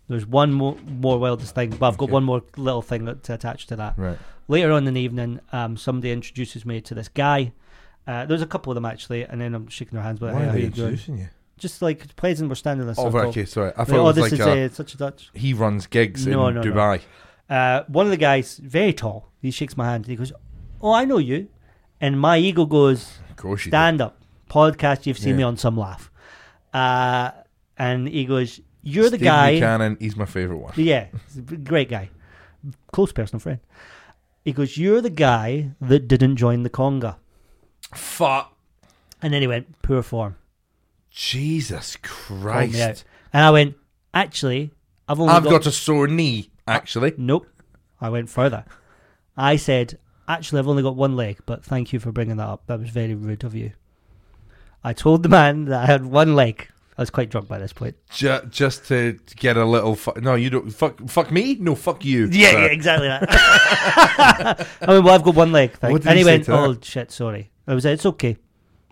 B: There's one more, more wildest thing, but I've got
A: Okay.
B: one more little thing that- to attach to that
A: right.
B: later on in the evening, um, somebody introduces me to this guy. Uh, there's a couple of them actually, and then I'm shaking their hands. But
A: Why
B: hey,
A: are
B: how
A: they
B: you doing?
A: introducing you?
B: Just like pleasant, we're standing in a
A: Oh,
B: circle.
A: right, okay, sorry. I
B: Like,
A: thought
B: oh,
A: it was
B: this
A: like
B: is
A: a,
B: uh, such and such.
A: he runs gigs
B: No,
A: in
B: no, no.
A: Dubai.
B: Uh, one of the guys, very tall, he shakes my hand. He goes, "Oh, I know you," and my ego goes,
A: Of course you did.
B: "Stand up, podcast. You've seen
A: Yeah.
B: me on some laugh." Uh, and he goes, "You're the
A: Steve
B: guy."
A: Buchanan, he's my favourite one.
B: Yeah, he's a b- great guy, close personal friend. He goes, "You're the guy that didn't join the conga."
A: Fuck.
B: And then he went, poor form.
A: Jesus
B: Called me out.
A: Christ.
B: And I went, actually, I've only
A: I've got a sore knee, actually.
B: Nope. I went further. I said, actually, I've only got one leg, but thank you for bringing that up. That was very rude of you. I told the man that I had one leg. I was quite drunk by this point.
A: Ju- just to get a little. Fu- no, you don't. Fuck, fuck me? No, fuck you.
B: Yeah,
A: sir.
B: yeah, exactly that. I mean, well, I've got one leg.
A: What
B: Thanks.
A: did
B: And
A: you
B: he
A: say
B: went,
A: to that?
B: oh, shit, sorry. I was like, it's okay.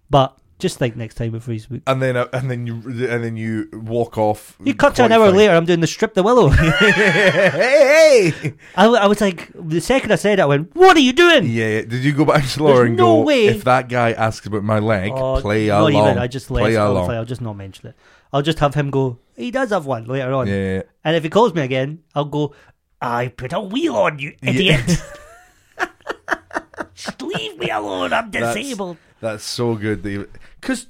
B: But just think next time before you speak.
A: And then, uh, and then you, and then you walk off.
B: You cut to an
A: quite
B: hour
A: fine.
B: later, I'm doing the strip the willow.
A: hey, hey!
B: I, I was like, the second I said it, I went, what are you doing?
A: Yeah, yeah. Did you go back to Laura
B: There's
A: and
B: no
A: go?
B: way-
A: If that guy asks about my leg,
B: Oh,
A: play
B: not
A: along.
B: Even. I just let
A: play
B: it
A: along.
B: I'll just not mention it. I'll just have him go. He does have one later on,
A: Yeah, yeah.
B: and if he calls me again, I'll go. I put a wheel on you, idiot. just leave me alone. I'm
A: That's-
B: disabled.
A: That's so good. Because,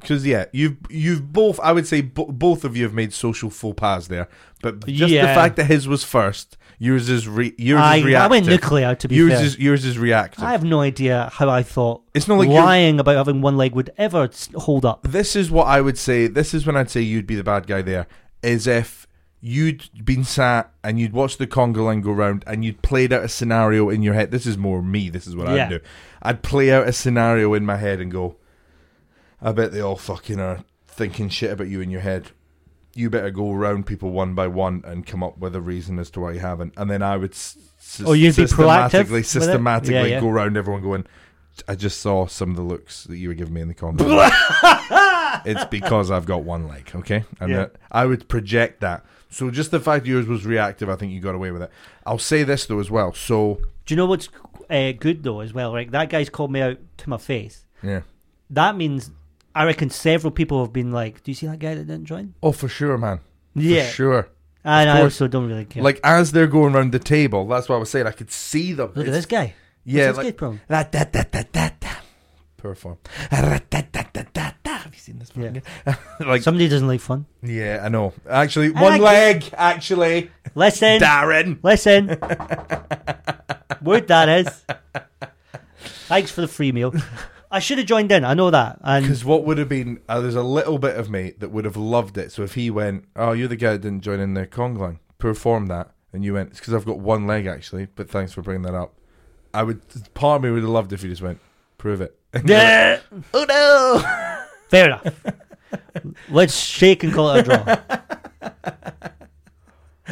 A: because yeah, you've you've both. I would say bo- both of you have made social faux pas there. But just
B: Yeah.
A: the fact that his was first, yours is re- yours is
B: I, I
A: reactive.
B: went nuclear. To be
A: yours
B: fair,
A: is yours is reactive.
B: I have no idea how I thought
A: It's not like you're-
B: lying about having one leg would ever s- hold up.
A: this is what I would say. This is when I'd say you'd be the bad guy there. Is if you'd been sat and you'd watched the conga line go round and you'd played out a scenario in your head. This is more me. This is what
B: Yeah.
A: I'd do. I'd play out a scenario in my head and go, I bet they all fucking are thinking shit about you in your head. You better go round people one by one and come up with a reason as to why you haven't. And then I would s- s-
B: Oh, you'd be proactive
A: systematically,
B: with it?
A: systematically
B: Yeah, yeah.
A: go round everyone going, I just saw some of the looks that you were giving me in the conga. line." it's because I've got one leg, okay? And
B: Yeah.
A: that I would project that. So just the fact yours was reactive, I think you got away with it. I'll say this though as well. So
B: Do you know what's uh, good though as well? Right, that guy's called me out to my face.
A: yeah,
B: That means I reckon several people have been like, "Do you see that guy that didn't join?"
A: Oh, for sure, man.
B: yeah,
A: For sure.
B: and I
A: course.
B: also don't really care.
A: Like, as they're going around the table, that's what I was saying. I could see them.
B: look at
A: It's-
B: this guy.
A: Yeah,
B: What's his
A: like-
B: gay problem?
A: La da da da da da. Poor form. Ra da da da da da. Have you seen this
B: Yeah.
A: fucking guy? like,
B: Somebody doesn't like fun.
A: yeah, I know. Actually,
B: I
A: one
B: like-
A: leg, actually.
B: Listen,
A: Darren.
B: listen. Word that is. Thanks for the free meal. I should have joined in. I know that. And
A: Because what would have been, uh, there's a little bit of me that would have loved it. So if he went, oh, you're the guy that didn't join in the Kong line, perform that, and you went, it's because I've got one leg, actually, but thanks for bringing that up. I would, part of me would have loved if he just went, prove it. And you're like,
B: yeah,
A: oh no!
B: fair enough. Let's shake and call it a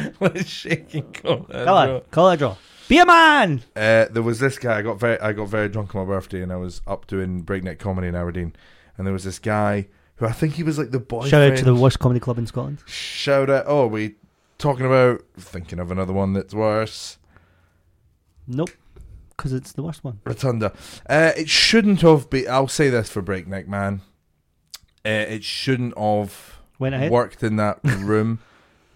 B: draw.
A: Let's shake and call it a
B: Come
A: draw.
B: on, call it a draw. Be a man.
A: Uh, there was this guy. I got very, I got very drunk on my birthday, and I was up doing breakneck comedy in Aberdeen. And there was this guy who I think he was like the boyfriend.
B: Shout out to the worst comedy club in Scotland.
A: shout out. Oh, we talking about thinking of another one that's worse.
B: Nope, because it's the worst one.
A: Rotunda. Uh, it shouldn't have been. I'll say this for breakneck man. Uh, it shouldn't have
B: Went ahead.
A: worked in that room,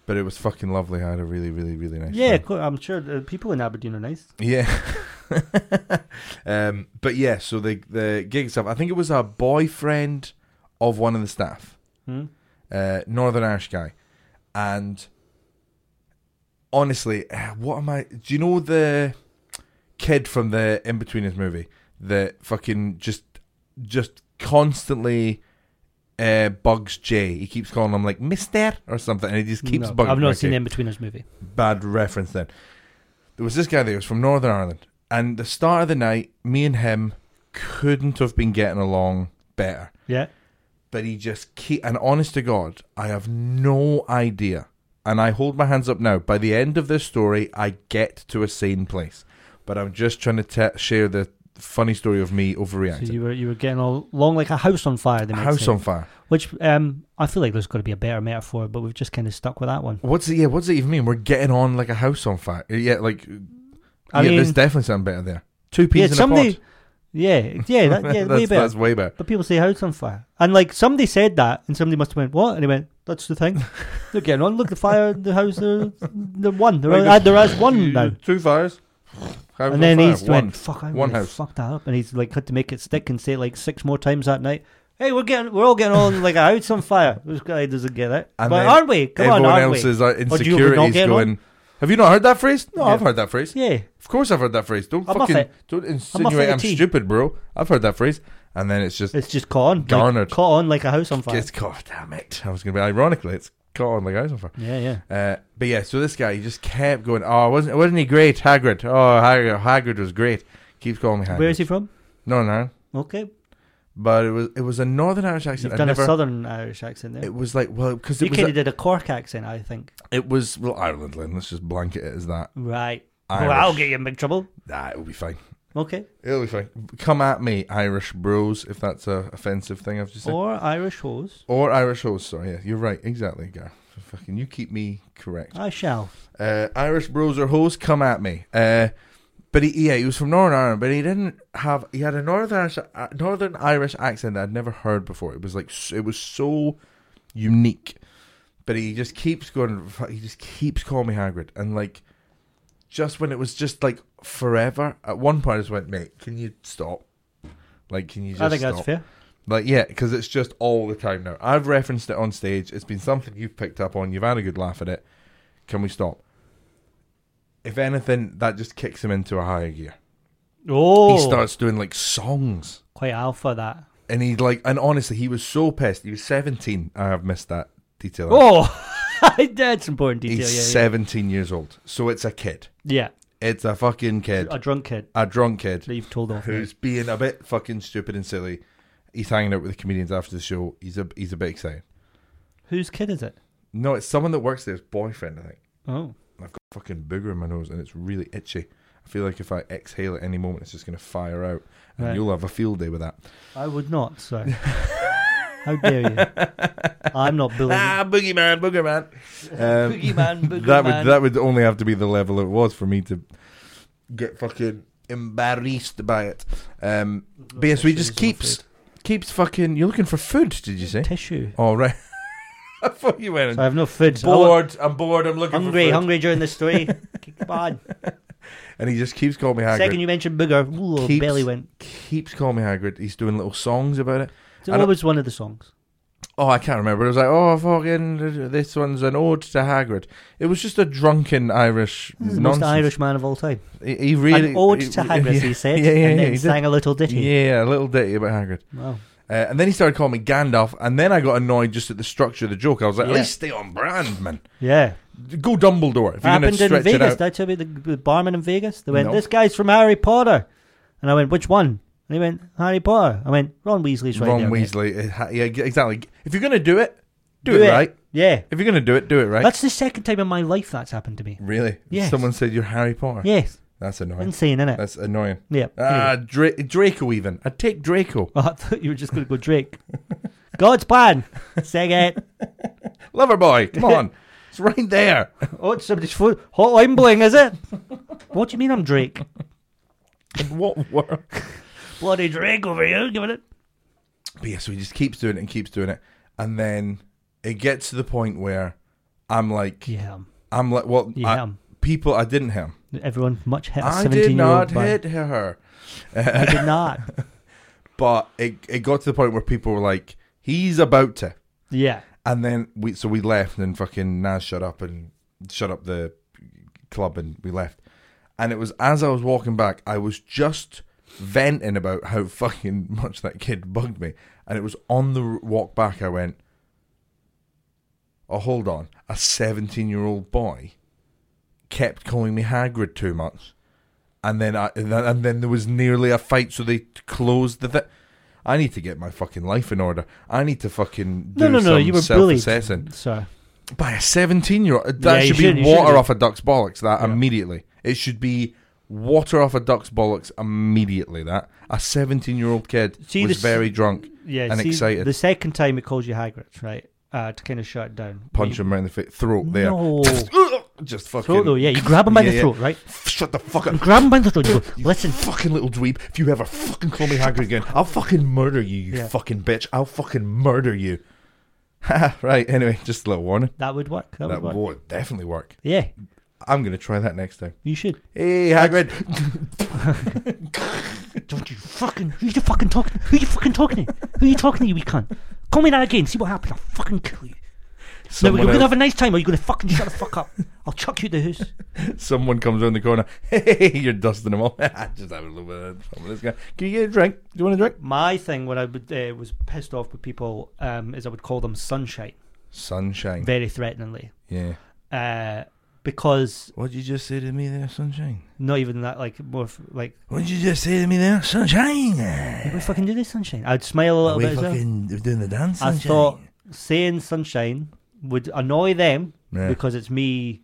A: but it was fucking lovely. I had a really, really, really nice.
B: Yeah,
A: time.
B: of course, I'm sure the people in Aberdeen are nice.
A: Yeah. um, but yeah, so the the gig stuff. I think it was a boyfriend of one of the staff,
B: Hmm?
A: uh, Northern Irish guy, and honestly, eh, what am I? Do you know the kid from the In Betweeners movie that fucking just just constantly. Uh, bugs Jay. He keeps calling him like Mister or something, and he just keeps
B: No,
A: bugging.
B: I've not
A: Ricky
B: seen the In Betweeners movie.
A: bad reference then. There was this guy there, he was from Northern Ireland. And the start of the night, me and him couldn't have been getting along better.
B: Yeah,
A: But he just keep and honest to God, I have no idea. And I hold my hands up now. By the end of this story, I get to a sane place. But I'm just trying to te- share the funny story of me
B: so
A: overreacting.
B: you were you were getting all long like a house on fire. They might
A: House
B: say.
A: on fire.
B: which um I feel like there's got to be a better metaphor, but we've just kind of stuck with that one.
A: What's it? Yeah, what's it even mean? We're getting on like a house on fire. Uh, Yeah, like
B: I
A: yeah,
B: mean,
A: there's definitely something better there. Two peas
B: yeah,
A: in a
B: somebody-
A: pod.
B: yeah, yeah, that, yeah,
A: that's,
B: way better.
A: that's way better.
B: But people say house on fire, and like somebody said that, and somebody must have went what, and he went that's the thing. They're getting on. Look, the fire, the house, the the one. There,
A: Like
B: are,
A: the-
B: there is one now.
A: Two fires. House on
B: and then
A: fire.
B: he's
A: One.
B: went, "Fuck, I
A: One
B: really
A: house.
B: fucked that up," and he's like had to make it stick and say it like six more times that night. Hey, we're getting, we're all getting on like a house on fire. This guy doesn't get it,
A: And
B: but
A: then
B: aren't we? Come on,
A: Everyone
B: aren't
A: else's
B: we?
A: uh,
B: not
A: insecurities
B: get
A: going. Have you not heard that phrase? No,
B: Yeah.
A: I've heard that phrase.
B: Yeah,
A: Of course, I've heard that phrase. Don't
B: I'm off
A: fucking
B: it.
A: don't insinuate
B: the
A: I'm
B: tea.
A: stupid, bro. I've heard that phrase, and then it's just
B: it's just caught on, like,
A: Garnered.
B: caught on like a house on fire.
A: it's caught. damn it! I was gonna be ironically, it's caught on like ice on fire.
B: yeah, yeah.
A: Uh, but yeah, so this guy he just kept going. Oh, wasn't wasn't he great, Hagrid? Oh, Hagrid, Hagrid was great. Keeps calling me Hagrid.
B: Where is he from?
A: No, no.
B: Okay,
A: But it was it was a Northern Irish accent.
B: you've
A: I
B: done
A: never-
B: a Southern Irish accent there.
A: It was like well because
B: you
A: it was
B: kind
A: a-
B: of did a Cork accent, I think.
A: It was well Ireland, Lynn. Let's just blanket it as that.
B: Right.
A: Irish.
B: Well, I'll get you in big trouble.
A: Nah, it'll be fine.
B: Okay,
A: It'll be fine. Come at me, Irish bros, if that's a offensive thing I've just said. Or,
B: or Irish hose.
A: Irish hoes. Sorry, yeah, you're right. Exactly, Gar. Fucking, you keep me correct.
B: I shall.
A: Uh, Irish bros or hoes, come at me. Uh, but he, yeah, he was from Northern Ireland, but he didn't have. He had a Northern Irish, uh, Northern Irish accent that I'd never heard before. It was like s- it was so unique. But he just keeps going. He just keeps calling me Hagrid, and like, just when it was just like forever. At one point, I just went, "Mate, can you stop? Like, can you just
B: I think
A: stop?"
B: that's fair.
A: Like, yeah, because it's just all the time now. I've referenced it on stage. It's been something you've picked up on. You've had a good laugh at it. Can we stop? If anything, that just kicks him into a higher gear.
B: Oh,
A: He starts doing like songs.
B: quite alpha that.
A: And he like, and honestly, he was so pissed. He was 17. I have missed that detail.
B: Oh, that's important detail.
A: He's
B: yeah, yeah.
A: 17 years old. So it's a kid.
B: Yeah,
A: It's a fucking kid.
B: a drunk kid
A: A drunk kid.
B: that you've told off.
A: who's being a bit fucking stupid and silly. He's hanging out with the comedians after the show. He's a he's a bit excited.
B: Whose kid is it?
A: No, it's someone that works there's boyfriend, I think.
B: Oh,
A: I've got a fucking booger in my nose and it's really itchy. I feel like if I exhale at any moment, it's just going to fire out, and
B: Right.
A: you'll have a field day with that.
B: I would not, sir. How dare you? I'm not bullying. you.
A: Ah, boogeyman, boogerman. Um,
B: Boogeyman,
A: that
B: boogeyman.
A: would that would only have to be the level it was for me to get fucking embarrassed by it. Um, but yes, we just
B: She's
A: keeps keeps fucking. You're looking for food, did you say?
B: Tissue.
A: All right. I thought you went.
B: So I have no food. I wa-
A: bored. I'm bored. I'm looking for
B: Hungry,
A: food.
B: hungry during the story. Come on.
A: And he just keeps calling me Hagrid.
B: Second, you mentioned booger. Ooh,
A: Keeps-
B: belly went.
A: keeps calling me Hagrid. He's doing little songs about it.
B: So
A: I
B: what
A: don't-
B: was one of the songs?
A: Oh, I can't remember. It was like, oh, fucking, this one's an ode to Hagrid. It was just a drunken Irish
B: This is the Mm. most
A: nonsense.
B: Irish man of all time.
A: He, he really
B: An ode
A: he-
B: to Hagrid, he said,
A: yeah, yeah,
B: and
A: yeah,
B: then
A: he did.
B: sang a little ditty.
A: Yeah, a little ditty about Hagrid.
B: Wow.
A: Uh, and then he started calling me Gandalf, and then I got annoyed just at the structure of the joke. I was like,
B: Yeah.
A: at least stay on brand, man.
B: Yeah.
A: Go Dumbledore. If you're going
B: Happened
A: to
B: in
A: stretch it
B: Vegas.
A: out.
B: Did I tell you about the, the barman in Vegas? They went,
A: No.
B: this guy's from Harry Potter. And I went, which one? And he went, Harry Potter. I went, Ron Weasley's right
A: Ron
B: there. mate."
A: Weasley. it ha- Yeah, exactly. If you're going to do it, do, it, right.
B: Yeah.
A: If you're going to do it, do it right.
B: That's the second time in my life that's happened to me.
A: really?
B: Yes.
A: Someone said you're Harry Potter.
B: Yes.
A: That's annoying.
B: Insane, innit?
A: That's annoying.
B: yeah.
A: Ah, Dra- Draco even. I'd take Draco.
B: Oh, I thought you were just going to go Drake. God's plan. Sing it.
A: Lover boy, come on. It's right there.
B: Oh, it's somebody's foot. Hot lime bling, is it? What do you mean I'm Drake?
A: In what world?
B: Bloody Drake over here, giving it.
A: But yeah, so he just keeps doing it and keeps doing it. And then it gets to the point where I'm like,
B: Yeah. um,
A: I'm like, well,
B: You
A: I-
B: hit him.
A: people, I didn't hit him.
B: Everyone much hit a
A: I
B: 17
A: did
B: year old.
A: not hit her.
B: I did not.
A: But it, it got to the point where people were like, he's about to.
B: Yeah.
A: And then we, so we left and fucking Naz shut up and shut up the club and we left. And it was as I was walking back, I was just venting about how fucking much that kid bugged me. And it was on the r- walk back, I went, oh, hold on. A 17 year old boy kept calling me Hagrid too much. And then I and then, and then there was nearly a fight, so they closed the thing. I need to get my fucking life in order. I need to fucking do
B: No, no, no.
A: some
B: You were bullied.
A: self-assessing
B: So,
A: by a 17 year old.
B: Yeah,
A: That
B: you
A: should be
B: should- you should
A: water
B: do.
A: off a duck's bollocks, that
B: Yeah.
A: immediately. It should be water off a duck's bollocks immediately, that. A 17 year old kid
B: See,
A: was
B: this-
A: very drunk.
B: yeah.
A: And
B: see,
A: excited.
B: The second time he calls you Hagrid, right? Uh, to kind of shut it down.
A: Punch
B: You-
A: him right in the face. Throat there.
B: No.
A: Just fucking.
B: Throat, though, yeah. You grab him by
A: Yeah,
B: the
A: yeah.
B: throat, right?
A: Shut the fuck
B: You
A: up.
B: grab him by the throat. You go, listen,
A: Fucking little dweeb. If you ever fucking call me Hagrid again, I'll fucking murder you, you
B: Yeah.
A: fucking bitch. I'll fucking murder you. right, anyway, just a little warning.
B: that would work. That,
A: That
B: would work.
A: would definitely work.
B: Yeah.
A: I'm going to try that next time.
B: You should.
A: Hey, Hagrid.
B: Don't you fucking who you fucking talking who you fucking talking to? Who you talking to you we cunt? Call me that again, see what happens, I'll fucking kill you. No, we're
A: Someone
B: gonna
A: else-
B: have a nice time or you're gonna fucking shut the fuck up. I'll chuck you out the house.
A: Someone comes around the corner. Hey, you're dusting them all. Just have a little bit of fun with this guy. Can you get a drink? Do you want a drink?
B: My thing when I would, uh, was pissed off with people um, is I would call them sunshine
A: Sunshine.
B: very threateningly.
A: Yeah.
B: Uh, because
A: What did you just say to me there, sunshine?
B: not even that like more f- like
A: What did you just say to me there, sunshine?
B: "Hey, we fucking do this sunshine. I'd smile a
A: Are
B: little
A: we
B: bit as well.
A: fucking doing the dance?
B: I
A: Sunshine?
B: thought saying sunshine would annoy them
A: Yeah.
B: because it's me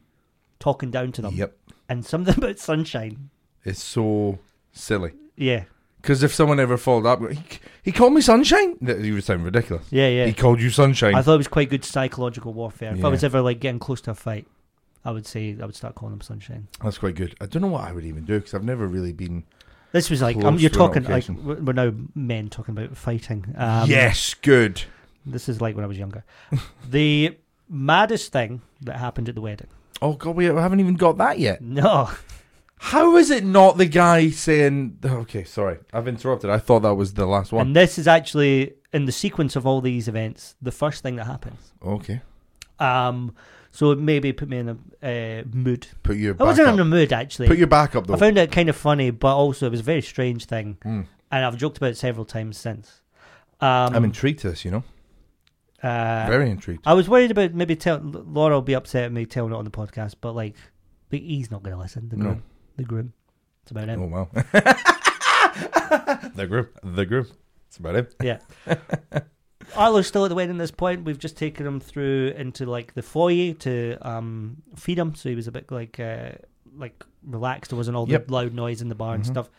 B: talking down to them.
A: Yep.
B: And something about sunshine.
A: It's so silly.
B: Yeah,
A: Because if someone ever followed up, he, he called me sunshine. That- You would sound ridiculous.
B: yeah, yeah.
A: He called you sunshine.
B: I thought it was quite good psychological warfare. If I
A: Yeah.
B: was ever like getting close to a fight, I would say I would start calling him sunshine.
A: That's quite good. I don't know what I would even do because I've never really been.
B: This was like um,
A: Close
B: you're
A: to an
B: talking like
A: altercation.
B: we're we're now men talking about fighting. Um,
A: yes, good.
B: this is like when I was younger. the maddest thing that happened at the wedding.
A: Oh god, we haven't even got that yet.
B: No,
A: How is it not the guy saying? oh, Okay, sorry, I've interrupted. I thought that was the last one.
B: and this is actually in the sequence of all these events, the first thing that happens.
A: Okay,
B: Um, so it maybe put me in a uh, mood.
A: put your back
B: I wasn't
A: up.
B: in a mood actually.
A: put your back up though.
B: I found it kind of funny, but also it was a very strange thing,
A: Mm.
B: and I've joked about it several times since. Um,
A: I'm intrigued to this, you know,
B: uh,
A: very intrigued.
B: I was worried about maybe tell Laura will be upset at me telling it on the podcast, but like, like he's not going to listen. The
A: No.
B: groom, the groom, it's about him.
A: Oh wow, the group, the group. That's about it.
B: Yeah, Arlo's still at the wedding at this point. We've just taken him through into like the foyer to um, feed him, so he was a bit like uh, like relaxed. There wasn't all
A: Yep.
B: the loud noise in the bar and
A: Mhm.
B: stuff.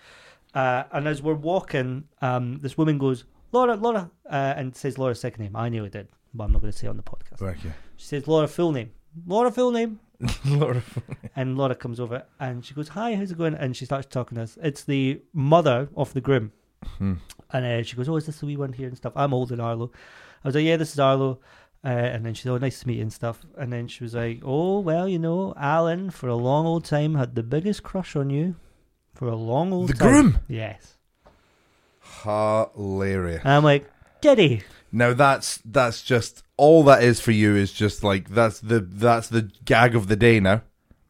B: Uh, and as we're walking, um, this woman goes, "Laura, Laura," uh, and says Laura's second name. I nearly did, but I'm not going to say it on the podcast.
A: Right, yeah.
B: She says Laura full name. Laura full name.
A: Laura,
B: And Laura comes over and she goes, Hi, how's it going? And she starts talking to us. It's the mother of the groom.
A: Hmm.
B: And uh, she goes, "Oh, is this the wee one here and stuff?" I'm holding Arlo. I was like, "Yeah, this is Arlo." Uh, and then she's, "Oh, nice to meet you and stuff." And then she was like, "Oh, well, you know, Alan for a long old time had the biggest crush on you for a long old
A: The
B: time."
A: groom?
B: Yes.
A: Hilarious.
B: And I'm like, "Did he?"
A: Now that's that's just all that is for you is just like that's the that's the gag of the day now.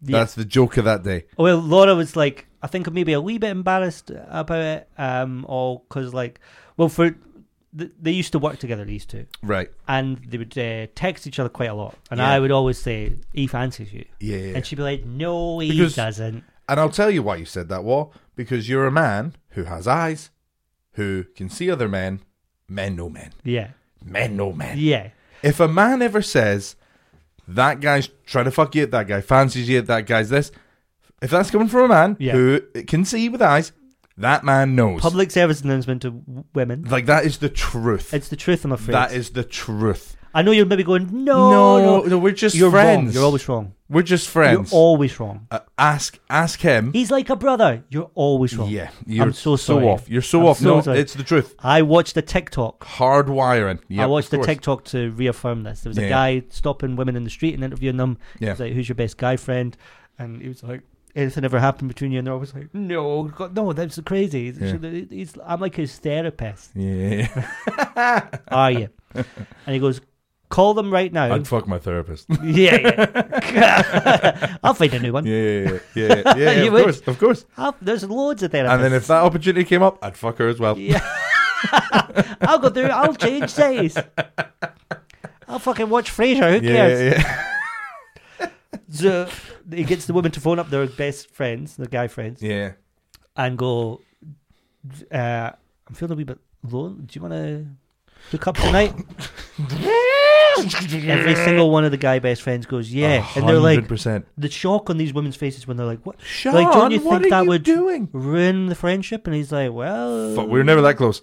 B: Yeah. Oh,
A: That's the joke of that day.
B: Well, Laura was like, I think I'm maybe a wee bit embarrassed about it, um, or because like, well, for th- they used to work together these two,
A: Right.
B: and they would uh, text each other quite a lot, and
A: Yeah.
B: I would always say, "He fancies you,"
A: Yeah. yeah, yeah.
B: and she'd be like, "No, he
A: Because-
B: doesn't."
A: And I'll tell you why you said that, War. Because you're a man who has eyes, who can see other men. Men know men.
B: Yeah,
A: Men know men.
B: yeah,
A: If a man ever says, that guy's trying to fuck you, that guy fancies you, that guy's this, if that's coming from a man
B: Yeah.
A: who can see with eyes, that man knows.
B: public service announcement to w- women.
A: like, that is the truth.
B: It's the truth, I'm afraid.
A: that is the truth.
B: I know you're maybe going, "No, no,
A: we're just
B: you're
A: friends.
B: wrong. You're always wrong.
A: we're just friends.
B: You're always wrong."
A: Uh, ask ask him.
B: He's like a brother. You're always wrong.
A: Yeah, you're
B: so sorry.
A: off. You're so
B: I'm
A: off.
B: so
A: no,
B: sorry.
A: it's the truth.
B: I watched a TikTok
A: Hard wiring. Yep,
B: I watched
A: of
B: a
A: course.
B: TikTok to reaffirm this. There was
A: Yeah.
B: a guy stopping women in the street and interviewing them. He
A: Yeah.
B: was like, "Who's your best guy friend?" And he was like, "Anything ever happened between you?" And they're always like, "No, God, no, that's crazy." He's-
A: Yeah.
B: she- he's- I'm like his therapist.
A: Yeah,
B: Are you? and he goes, "Call them right now."
A: I'd fuck my therapist.
B: yeah, yeah. I'll find a new one.
A: Yeah, yeah, yeah, yeah, yeah
B: You
A: of
B: would?
A: course, of course.
B: I'll, there's loads of therapists.
A: And then if that opportunity came up, I'd fuck her as well.
B: yeah, I'll go through. I'll change size. I'll fucking watch Frasier. Who
A: yeah,
B: cares?
A: yeah, yeah.
B: So he gets the woman to phone up their best friends, their guy friends,
A: yeah.
B: and go, uh, I'm feeling a wee bit alone. Do you want to hook up tonight? Every single one of the guy best friends goes, yeah. And they're like,
A: 100%.
B: the shock on these women's faces when they're like, what?
A: Sean,
B: like, don't you
A: what
B: think
A: are
B: that
A: you
B: would-
A: doing?
B: Ruin the friendship? And he's like, well.
A: Fuck, we were never that close.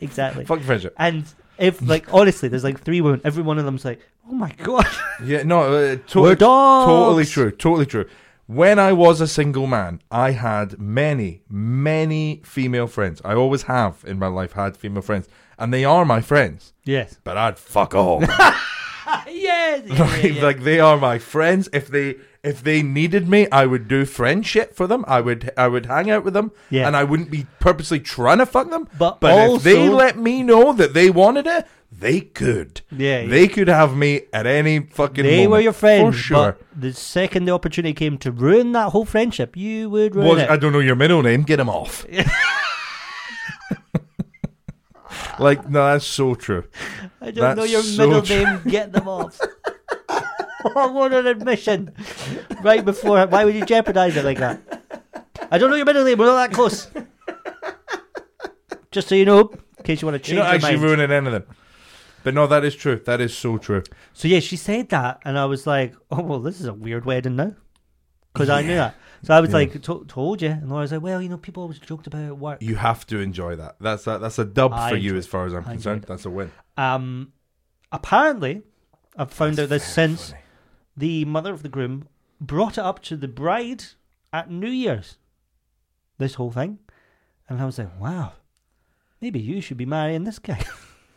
B: exactly.
A: fuck the friendship.
B: And if, like, honestly, there's like three women, every one of them's like, oh my God,
A: Yeah, no, uh,
B: we're
A: totally,
B: dogs.
A: totally true. Totally true. When I was a single man, I had many, many female friends. I always have in my life had female friends, and they are my friends.
B: Yes.
A: But I'd fuck all.
B: yes. yeah,
A: like,
B: yeah, yeah.
A: like they are my friends. If they if they needed me, I would do friend shit for them. I would I would hang out with them,
B: Yeah.
A: and I wouldn't be purposely trying to fuck them.
B: But
A: But if they
B: also-
A: let me know that they wanted it, they could.
B: Yeah, yeah.
A: they could have me at any fucking.
B: They
A: moment,
B: were your friends.
A: for sure.
B: But the second the opportunity came to ruin that whole friendship, you would ruin
A: Was
B: it.
A: I don't know your middle name? Get him off. like no, that's so true.
B: I don't know
A: that's
B: your
A: so
B: middle
A: true.
B: name. Get them off. oh, what an admission! Right before, why would you jeopardize it like that? I don't know your middle name. We're not that close. Just so you know, in case you want to change
A: You're not
B: your
A: actually
B: mind.
A: ruining anything. But no, that is true. That is so true.
B: so yeah, she said that, and I was like, "Oh well, this is a weird wedding now," because I knew that. So I was like, "To- "Told you," and Laura was like, "Well, you know, people always joked about it at work."
A: You have to enjoy that. That's a, that's a dub
B: I
A: for you,
B: enjoyed
A: as far as I'm
B: I
A: concerned.
B: enjoyed
A: That's a win.
B: Um, apparently, I've found out this since
A: funny.
B: the mother of the groom brought it up to the bride at New Year's. This whole thing, and I was like, "Wow, maybe you should be marrying this guy.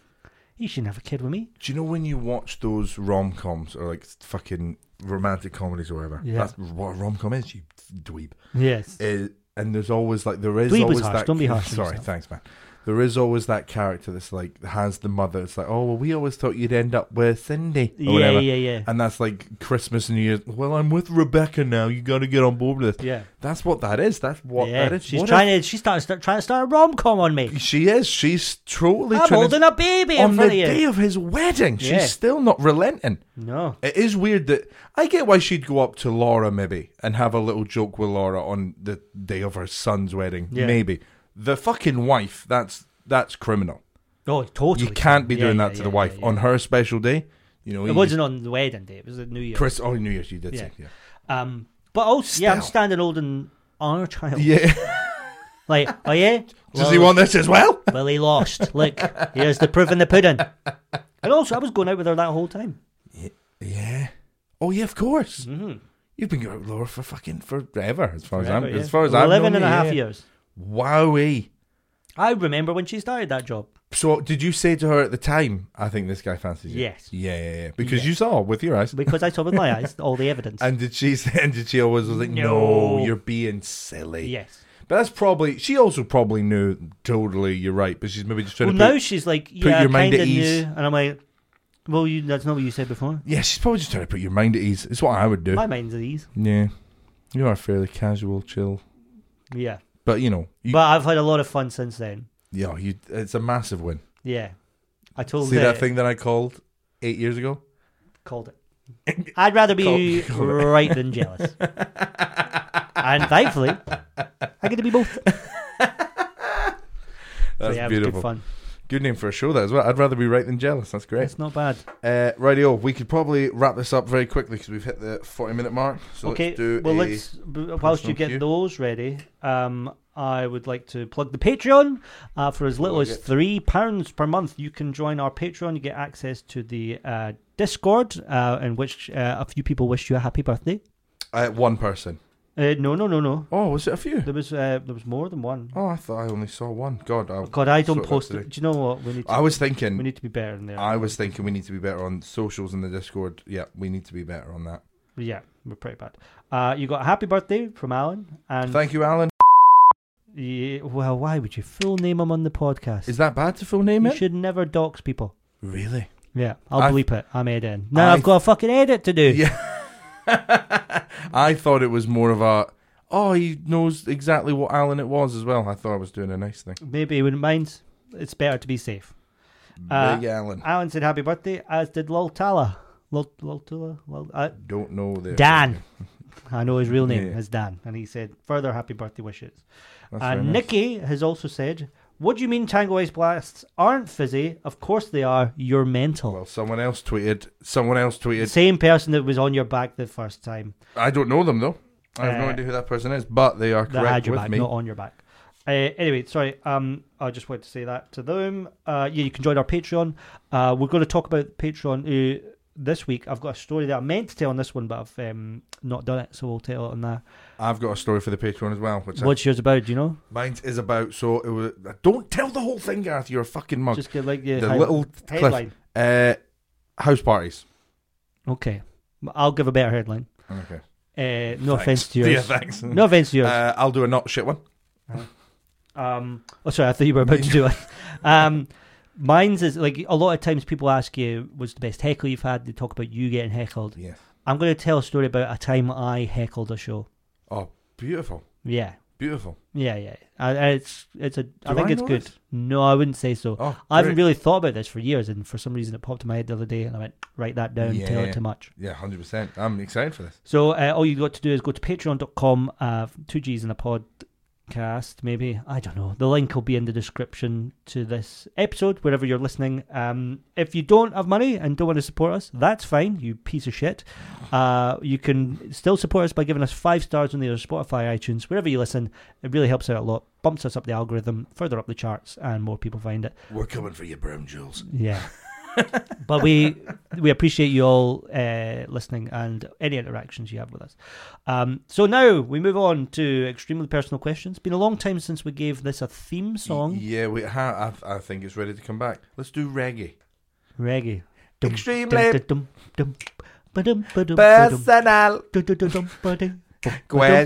B: he should have a kid with me."
A: Do you know when you watch those rom coms or like fucking romantic comedies or whatever?
B: Yeah.
A: That's what a rom com is. You dweeb.
B: Yes.
A: is, and there's always like there is
B: Dweeb
A: always
B: was harsh.
A: that.
B: Don't be harsh on
A: Sorry,
B: yourself.
A: thanks, man. There is always that character that's like has the mother. It's like, oh well, we always thought you'd end up with Cindy, or
B: yeah,
A: whatever.
B: yeah, yeah,
A: And that's like Christmas and New Year's. Well, I'm with Rebecca now. You got to get on board with this.
B: yeah.
A: That's what that is. That's what
B: yeah.
A: that is.
B: She's
A: What
B: trying to. She started start, trying to start a rom com on
A: if-
B: me.
A: she is. She's totally
B: I'm
A: trying to-
B: holding a baby in
A: on the
B: front of you.
A: day of his wedding.
B: Yeah.
A: She's still not relenting.
B: No.
A: It is weird that I get why she'd go up to Laura maybe and have a little joke with Laura on the day of her son's wedding.
B: Yeah.
A: Maybe the fucking wife. That's that's criminal.
B: Oh, totally.
A: You can't be
B: Yeah,
A: doing
B: yeah,
A: that to
B: yeah,
A: the
B: yeah,
A: wife
B: yeah.
A: on her special day. You know,
B: It
A: you-
B: wasn't on the wedding day. It was at New Year's.
A: Chris. Oh, New Year's. You did say. Yeah.
B: Um, but also, yeah, I'm
A: Still.
B: standing holding our child.
A: Yeah.
B: Like, oh yeah,
A: Does he want this as well?
B: Well, he lost. Look, here's the proof in the pudding. And also, I was going out with her that whole time.
A: Yeah. Oh yeah, of course.
B: Mm-hmm.
A: You've been going out with Laura for fucking forever, as far as I'm.
B: Forever, yeah.
A: As far as I'm.
B: Eleven
A: known
B: and a
A: you,
B: half
A: yeah.
B: years.
A: Wowie.
B: I remember when she started that job.
A: So, did you say to her at the time, I think this guy fancies you?
B: Yes.
A: Yeah, yeah, yeah. Because
B: Yeah.
A: you saw with your eyes.
B: Because I saw with my eyes all the evidence.
A: And did she say, and did she always was like, no,
B: No.
A: you're being silly.
B: yes.
A: But that's probably, she also probably knew totally you're right, but she's maybe just trying
B: Well,
A: to
B: now
A: put,
B: she's like,
A: put
B: yeah, I
A: your mind at
B: kind of
A: ease.
B: knew. And I'm like, well, you, that's not what you said before.
A: Yeah, she's probably just trying to put your mind at ease. It's what I would do.
B: My mind's at ease.
A: yeah. You are fairly casual, chill.
B: Yeah.
A: But, you know, you,
B: But I've had a lot of fun since then.
A: yeah, you, it's a massive win.
B: Yeah. I told
A: See
B: uh,
A: that thing that I called eight years ago?
B: Called it. I'd rather be
A: Called- called it.
B: right than jealous. and thankfully, I get to be both.
A: That's
B: so yeah, it
A: beautiful.
B: was good fun.
A: Good name for a show, that as well. I'd rather be right than jealous. That's great.
B: It's not bad.
A: Uh, radio. We could probably wrap this up very quickly because we've hit the forty-minute mark. So
B: okay.
A: let's do
B: well,
A: a-
B: let's b- whilst you
A: personal
B: get
A: cue.
B: those ready. Um, I would like to plug the Patreon. Uh, for as little
A: Plug
B: as
A: it.
B: three pounds per month, you can join our Patreon. You get access to the uh, Discord, uh, in which uh, a few people wish you a happy birthday.
A: uh, one person.
B: Uh, no, no, no, no.
A: Oh, was it a few?
B: There was uh, there was more than one.
A: Oh, I thought I only saw one. God, I,
B: God, I don't
A: sort that
B: post
A: today.
B: it. Do you know what we need? To,
A: I was
B: we
A: thinking.
B: need to be better in there.
A: I was thinking we need to be better on socials and the Discord. Yeah, we need to be better on that.
B: yeah, we're pretty bad. Uh, you got a happy birthday from Alan, and
A: Thank you, Alan.
B: yeah, well, why would you full name him on the podcast?
A: Is that bad to full name
B: you
A: it?
B: should never dox people.
A: Really?
B: Yeah, I'll
A: I've-
B: bleep it. I'm editing. Now I've,
A: I've-
B: got a fucking edit to do.
A: Yeah. I thought it was more of a. Oh, he knows exactly what Alan it was as well. I thought I was doing a nice thing.
B: Maybe he wouldn't mind. It's better to be safe. Uh,
A: Big Alan.
B: Alan said happy birthday, as did Lol Tala. Lol, Lol Tula? Lol, uh,
A: Don't know the
B: Dan. I know his real name
A: Yeah.
B: is Dan. And he said further happy birthday wishes.
A: That's very
B: and
A: nice.
B: Nikki has also said, What do you mean Tango Ice Blasts aren't fizzy? Of course they are. You're mental.
A: Well, someone else tweeted. Someone else
B: the
A: tweeted.
B: same person that was on your back the first time.
A: I don't know them though. I have no
B: Uh,
A: idea who that person is, but they are
B: that had
A: correct
B: your
A: with
B: back,
A: me.
B: not on your back. Uh, anyway, sorry. Um, I just wanted to say that to them. Uh, yeah, you can join our Patreon. Uh, we're going to talk about Patreon uh, this week. I've got a story that I meant to tell on this one, but I've um, not done it, so we'll tell it on that.
A: I've got a story for the Patreon as well, which I,
B: What's yours about? Do you know?
A: mine is about. So it was, don't tell the whole thing, Gareth. You're a fucking mug.
B: Just get like the,
A: the
B: high-
A: little
B: headline.
A: uh, house parties.
B: Okay, I'll give a better headline.
A: Okay.
B: Uh, no
A: Thanks.
B: offense to
A: Yeah,
B: yours.
A: thanks.
B: No offense to yours.
A: Uh, I'll do a not shit one.
B: Um, oh, sorry, I thought you were about to do it. Um, mine's is like a lot of times people ask you, "What's the best heckle you've had?" They talk about you getting heckled.
A: Yes.
B: I'm going to tell a story about a time I heckled a show.
A: Oh, beautiful,
B: Yeah,
A: beautiful.
B: yeah, yeah. I, I- it's it's a. I
A: Do
B: think
A: I
B: it's
A: know
B: good.
A: this?
B: No, I wouldn't say so.
A: Oh,
B: I haven't
A: great.
B: really thought about this for years, and for some reason it popped in my head the other day, and I went write that down.
A: Yeah,
B: tell
A: yeah.
B: it too much.
A: yeah, hundred percent. I'm excited for this.
B: So uh, all you've got to do is go to patreon.com, uh, two G's in a podcast, maybe. I don't know. The link will be in the description to this episode, wherever you're listening. Um, if you don't have money and don't want to support us, that's fine, you piece of shit. Uh, you can still support us by giving us five stars on the other Spotify, iTunes, wherever you listen. It really helps out a lot, bumps us up the algorithm, further up the charts, and more people find it.
A: We're coming for you, brown jewels.
B: Yeah. but we we appreciate you all uh, listening and any interactions you have with us. Um, so now we move on to extremely personal questions. Been a long time since we gave this a theme song,
A: Yeah, we. Ha- I, I think it's ready to come back. Let's do reggae.
B: reggae.
A: Extremely
B: Dum, dum, ba-dum, ba-dum, ba-dum,
A: personal.
B: dum, dum, dum, ba-dum,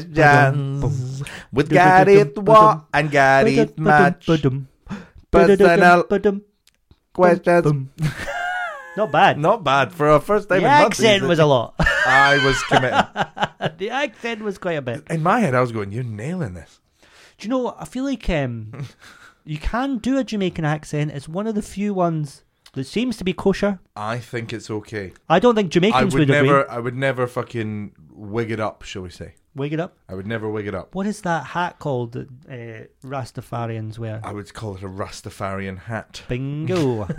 A: Questions with
B: Dum, dum, dum,
A: Gareth
B: dum,
A: Waugh and Gareth
B: ba-dum,
A: Match.
B: ba-dum, ba-dum,
A: Personal
B: ba-dum,
A: Questions.
B: ba-dum. Not bad.
A: Not bad for a first time.
B: the
A: in months,
B: accent
A: is
B: was
A: it?
B: a lot.
A: I was committing.
B: the accent was quite a bit.
A: In my head, I was going, "You're nailing this."
B: Do you know what? I feel like um, you can do a Jamaican accent. It's one of the few ones that seems to be kosher.
A: I think it's okay.
B: I don't think
A: I
B: Jamaicans
A: would
B: would, agree.
A: never. I would never fucking wig it up, shall we say?
B: Wake it up.
A: I would never wig it up.
B: What is that hat called that uh, Rastafarians wear?
A: I would call it a Rastafarian hat.
B: Bingo.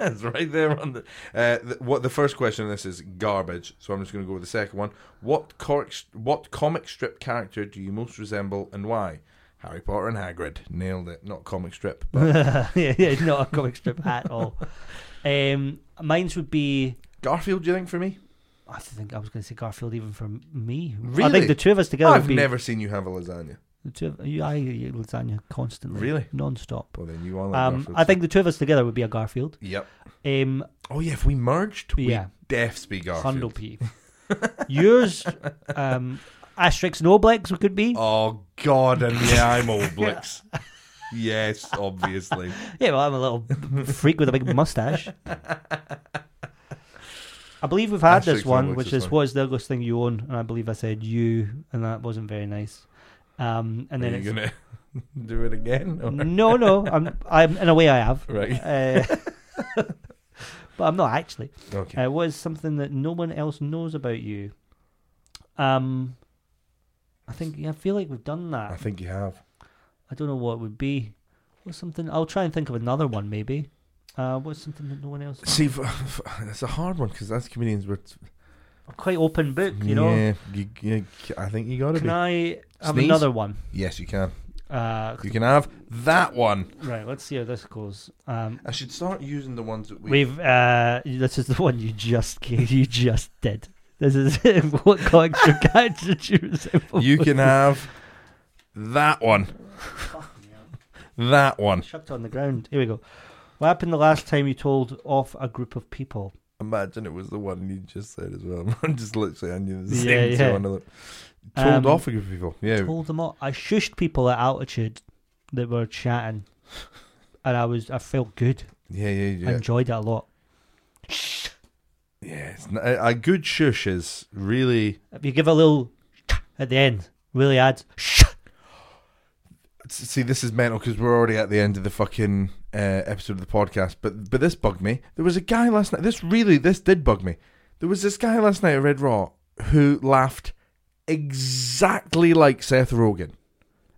A: It's right there on the. Uh, the what the first question on this is garbage, so I'm just going to go with the second one. What cork, What comic strip character do you most resemble and why? Harry Potter and Hagrid nailed it. Not comic strip, but
B: yeah, yeah, not a comic strip hat at all. Um, mine's would be.
A: Garfield. Do you think for me?
B: I think I was going to say Garfield even for me. I
A: Really?
B: think the two of us together
A: I've
B: would be.
A: never seen you have a lasagna.
B: The two of you, I eat lasagna constantly,
A: Really?
B: non-stop.
A: Well, then you are like
B: Um,
A: Garfield.
B: I think the two of us together would be a Garfield.
A: Yep.
B: Um,
A: Oh yeah, if we merged, we
B: Yeah.
A: defs be Garfield.
B: Hundred P. Yours, um, Asterix and Obelix we could be.
A: Oh god, and yeah, I'm old Blix. yes, obviously.
B: Yeah, well, I'm a little freak with a big mustache. I believe we've had
A: Asterix
B: this
A: and Obelix
B: one, which
A: is
B: is
A: fine.
B: what is the ugliest thing you own, and I believe I said you, and that wasn't very nice. Um, and
A: Are
B: then
A: you gonna
B: it's,
A: do it again? or-
B: no, no, I'm, I'm in a way I have,
A: Right.
B: uh, but I'm not actually.
A: Okay.
B: Uh, what is something that no one else knows about you? Um, I think yeah, I feel like we've done that.
A: I think you have.
B: I don't know what it would be. What's something? I'll try and think of another one, maybe. Uh, what's something that no one else?
A: See, f- f- it's a hard one because as comedians, we're t-
B: Quite open book, you know.
A: Yeah, you, you, I think you got to
B: Can
A: be.
B: I have
A: Sneeze?
B: another one?
A: Yes, you can.
B: Uh,
A: You can have that one.
B: right, let's see how this goes. Um,
A: I should start using the ones that we.
B: we've uh, this is the one you just gave, you just did. This is what collector guide did you resemble?
A: You can have that one. that one.
B: Chucked on the ground. Here we go. What happened the last time you told off a group of people?
A: Imagine it was the one you just said as well. I'm just literally I knew the
B: Yeah,
A: same two
B: yeah.
A: on the- Told
B: Um,
A: off a group of people. Yeah.
B: Told them all. I shushed people at altitude that were chatting, and I was I felt good.
A: Yeah, yeah,
B: I
A: yeah.
B: enjoyed it a lot.
A: yeah it's n- a, a good shush is really.
B: If you give a little at the end, really adds.
A: S- See, this is mental because we're already at the end of the fucking uh, episode of the podcast. But but this bugged me. There was a guy last night. This really this did bug me. There was this guy last night at Red Raw who laughed exactly like Seth Rogen.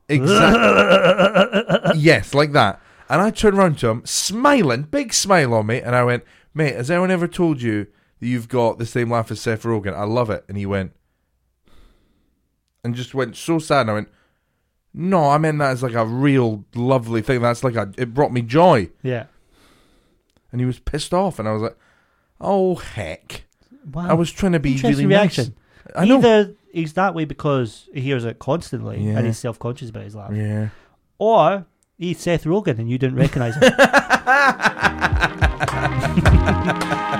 A: Exactly. yes, like that. And I turned around to him, smiling, big smile on me, and I went, Mate, has anyone ever told you that you've got the same laugh as Seth Rogen? I love it. And he went, and just went so sad. And I went, No, I meant that as like a real lovely thing. That's like, a, it brought me joy.
B: yeah.
A: And he was pissed off. And I was like, Oh, heck.
B: Wow.
A: I was trying to be really
B: Interesting reaction.
A: nice. I know.
B: Either he's that way because he hears it constantly
A: Yeah.
B: and he's self conscious about his laugh,
A: Yeah.
B: or he's Seth Rogen and you didn't recognize him.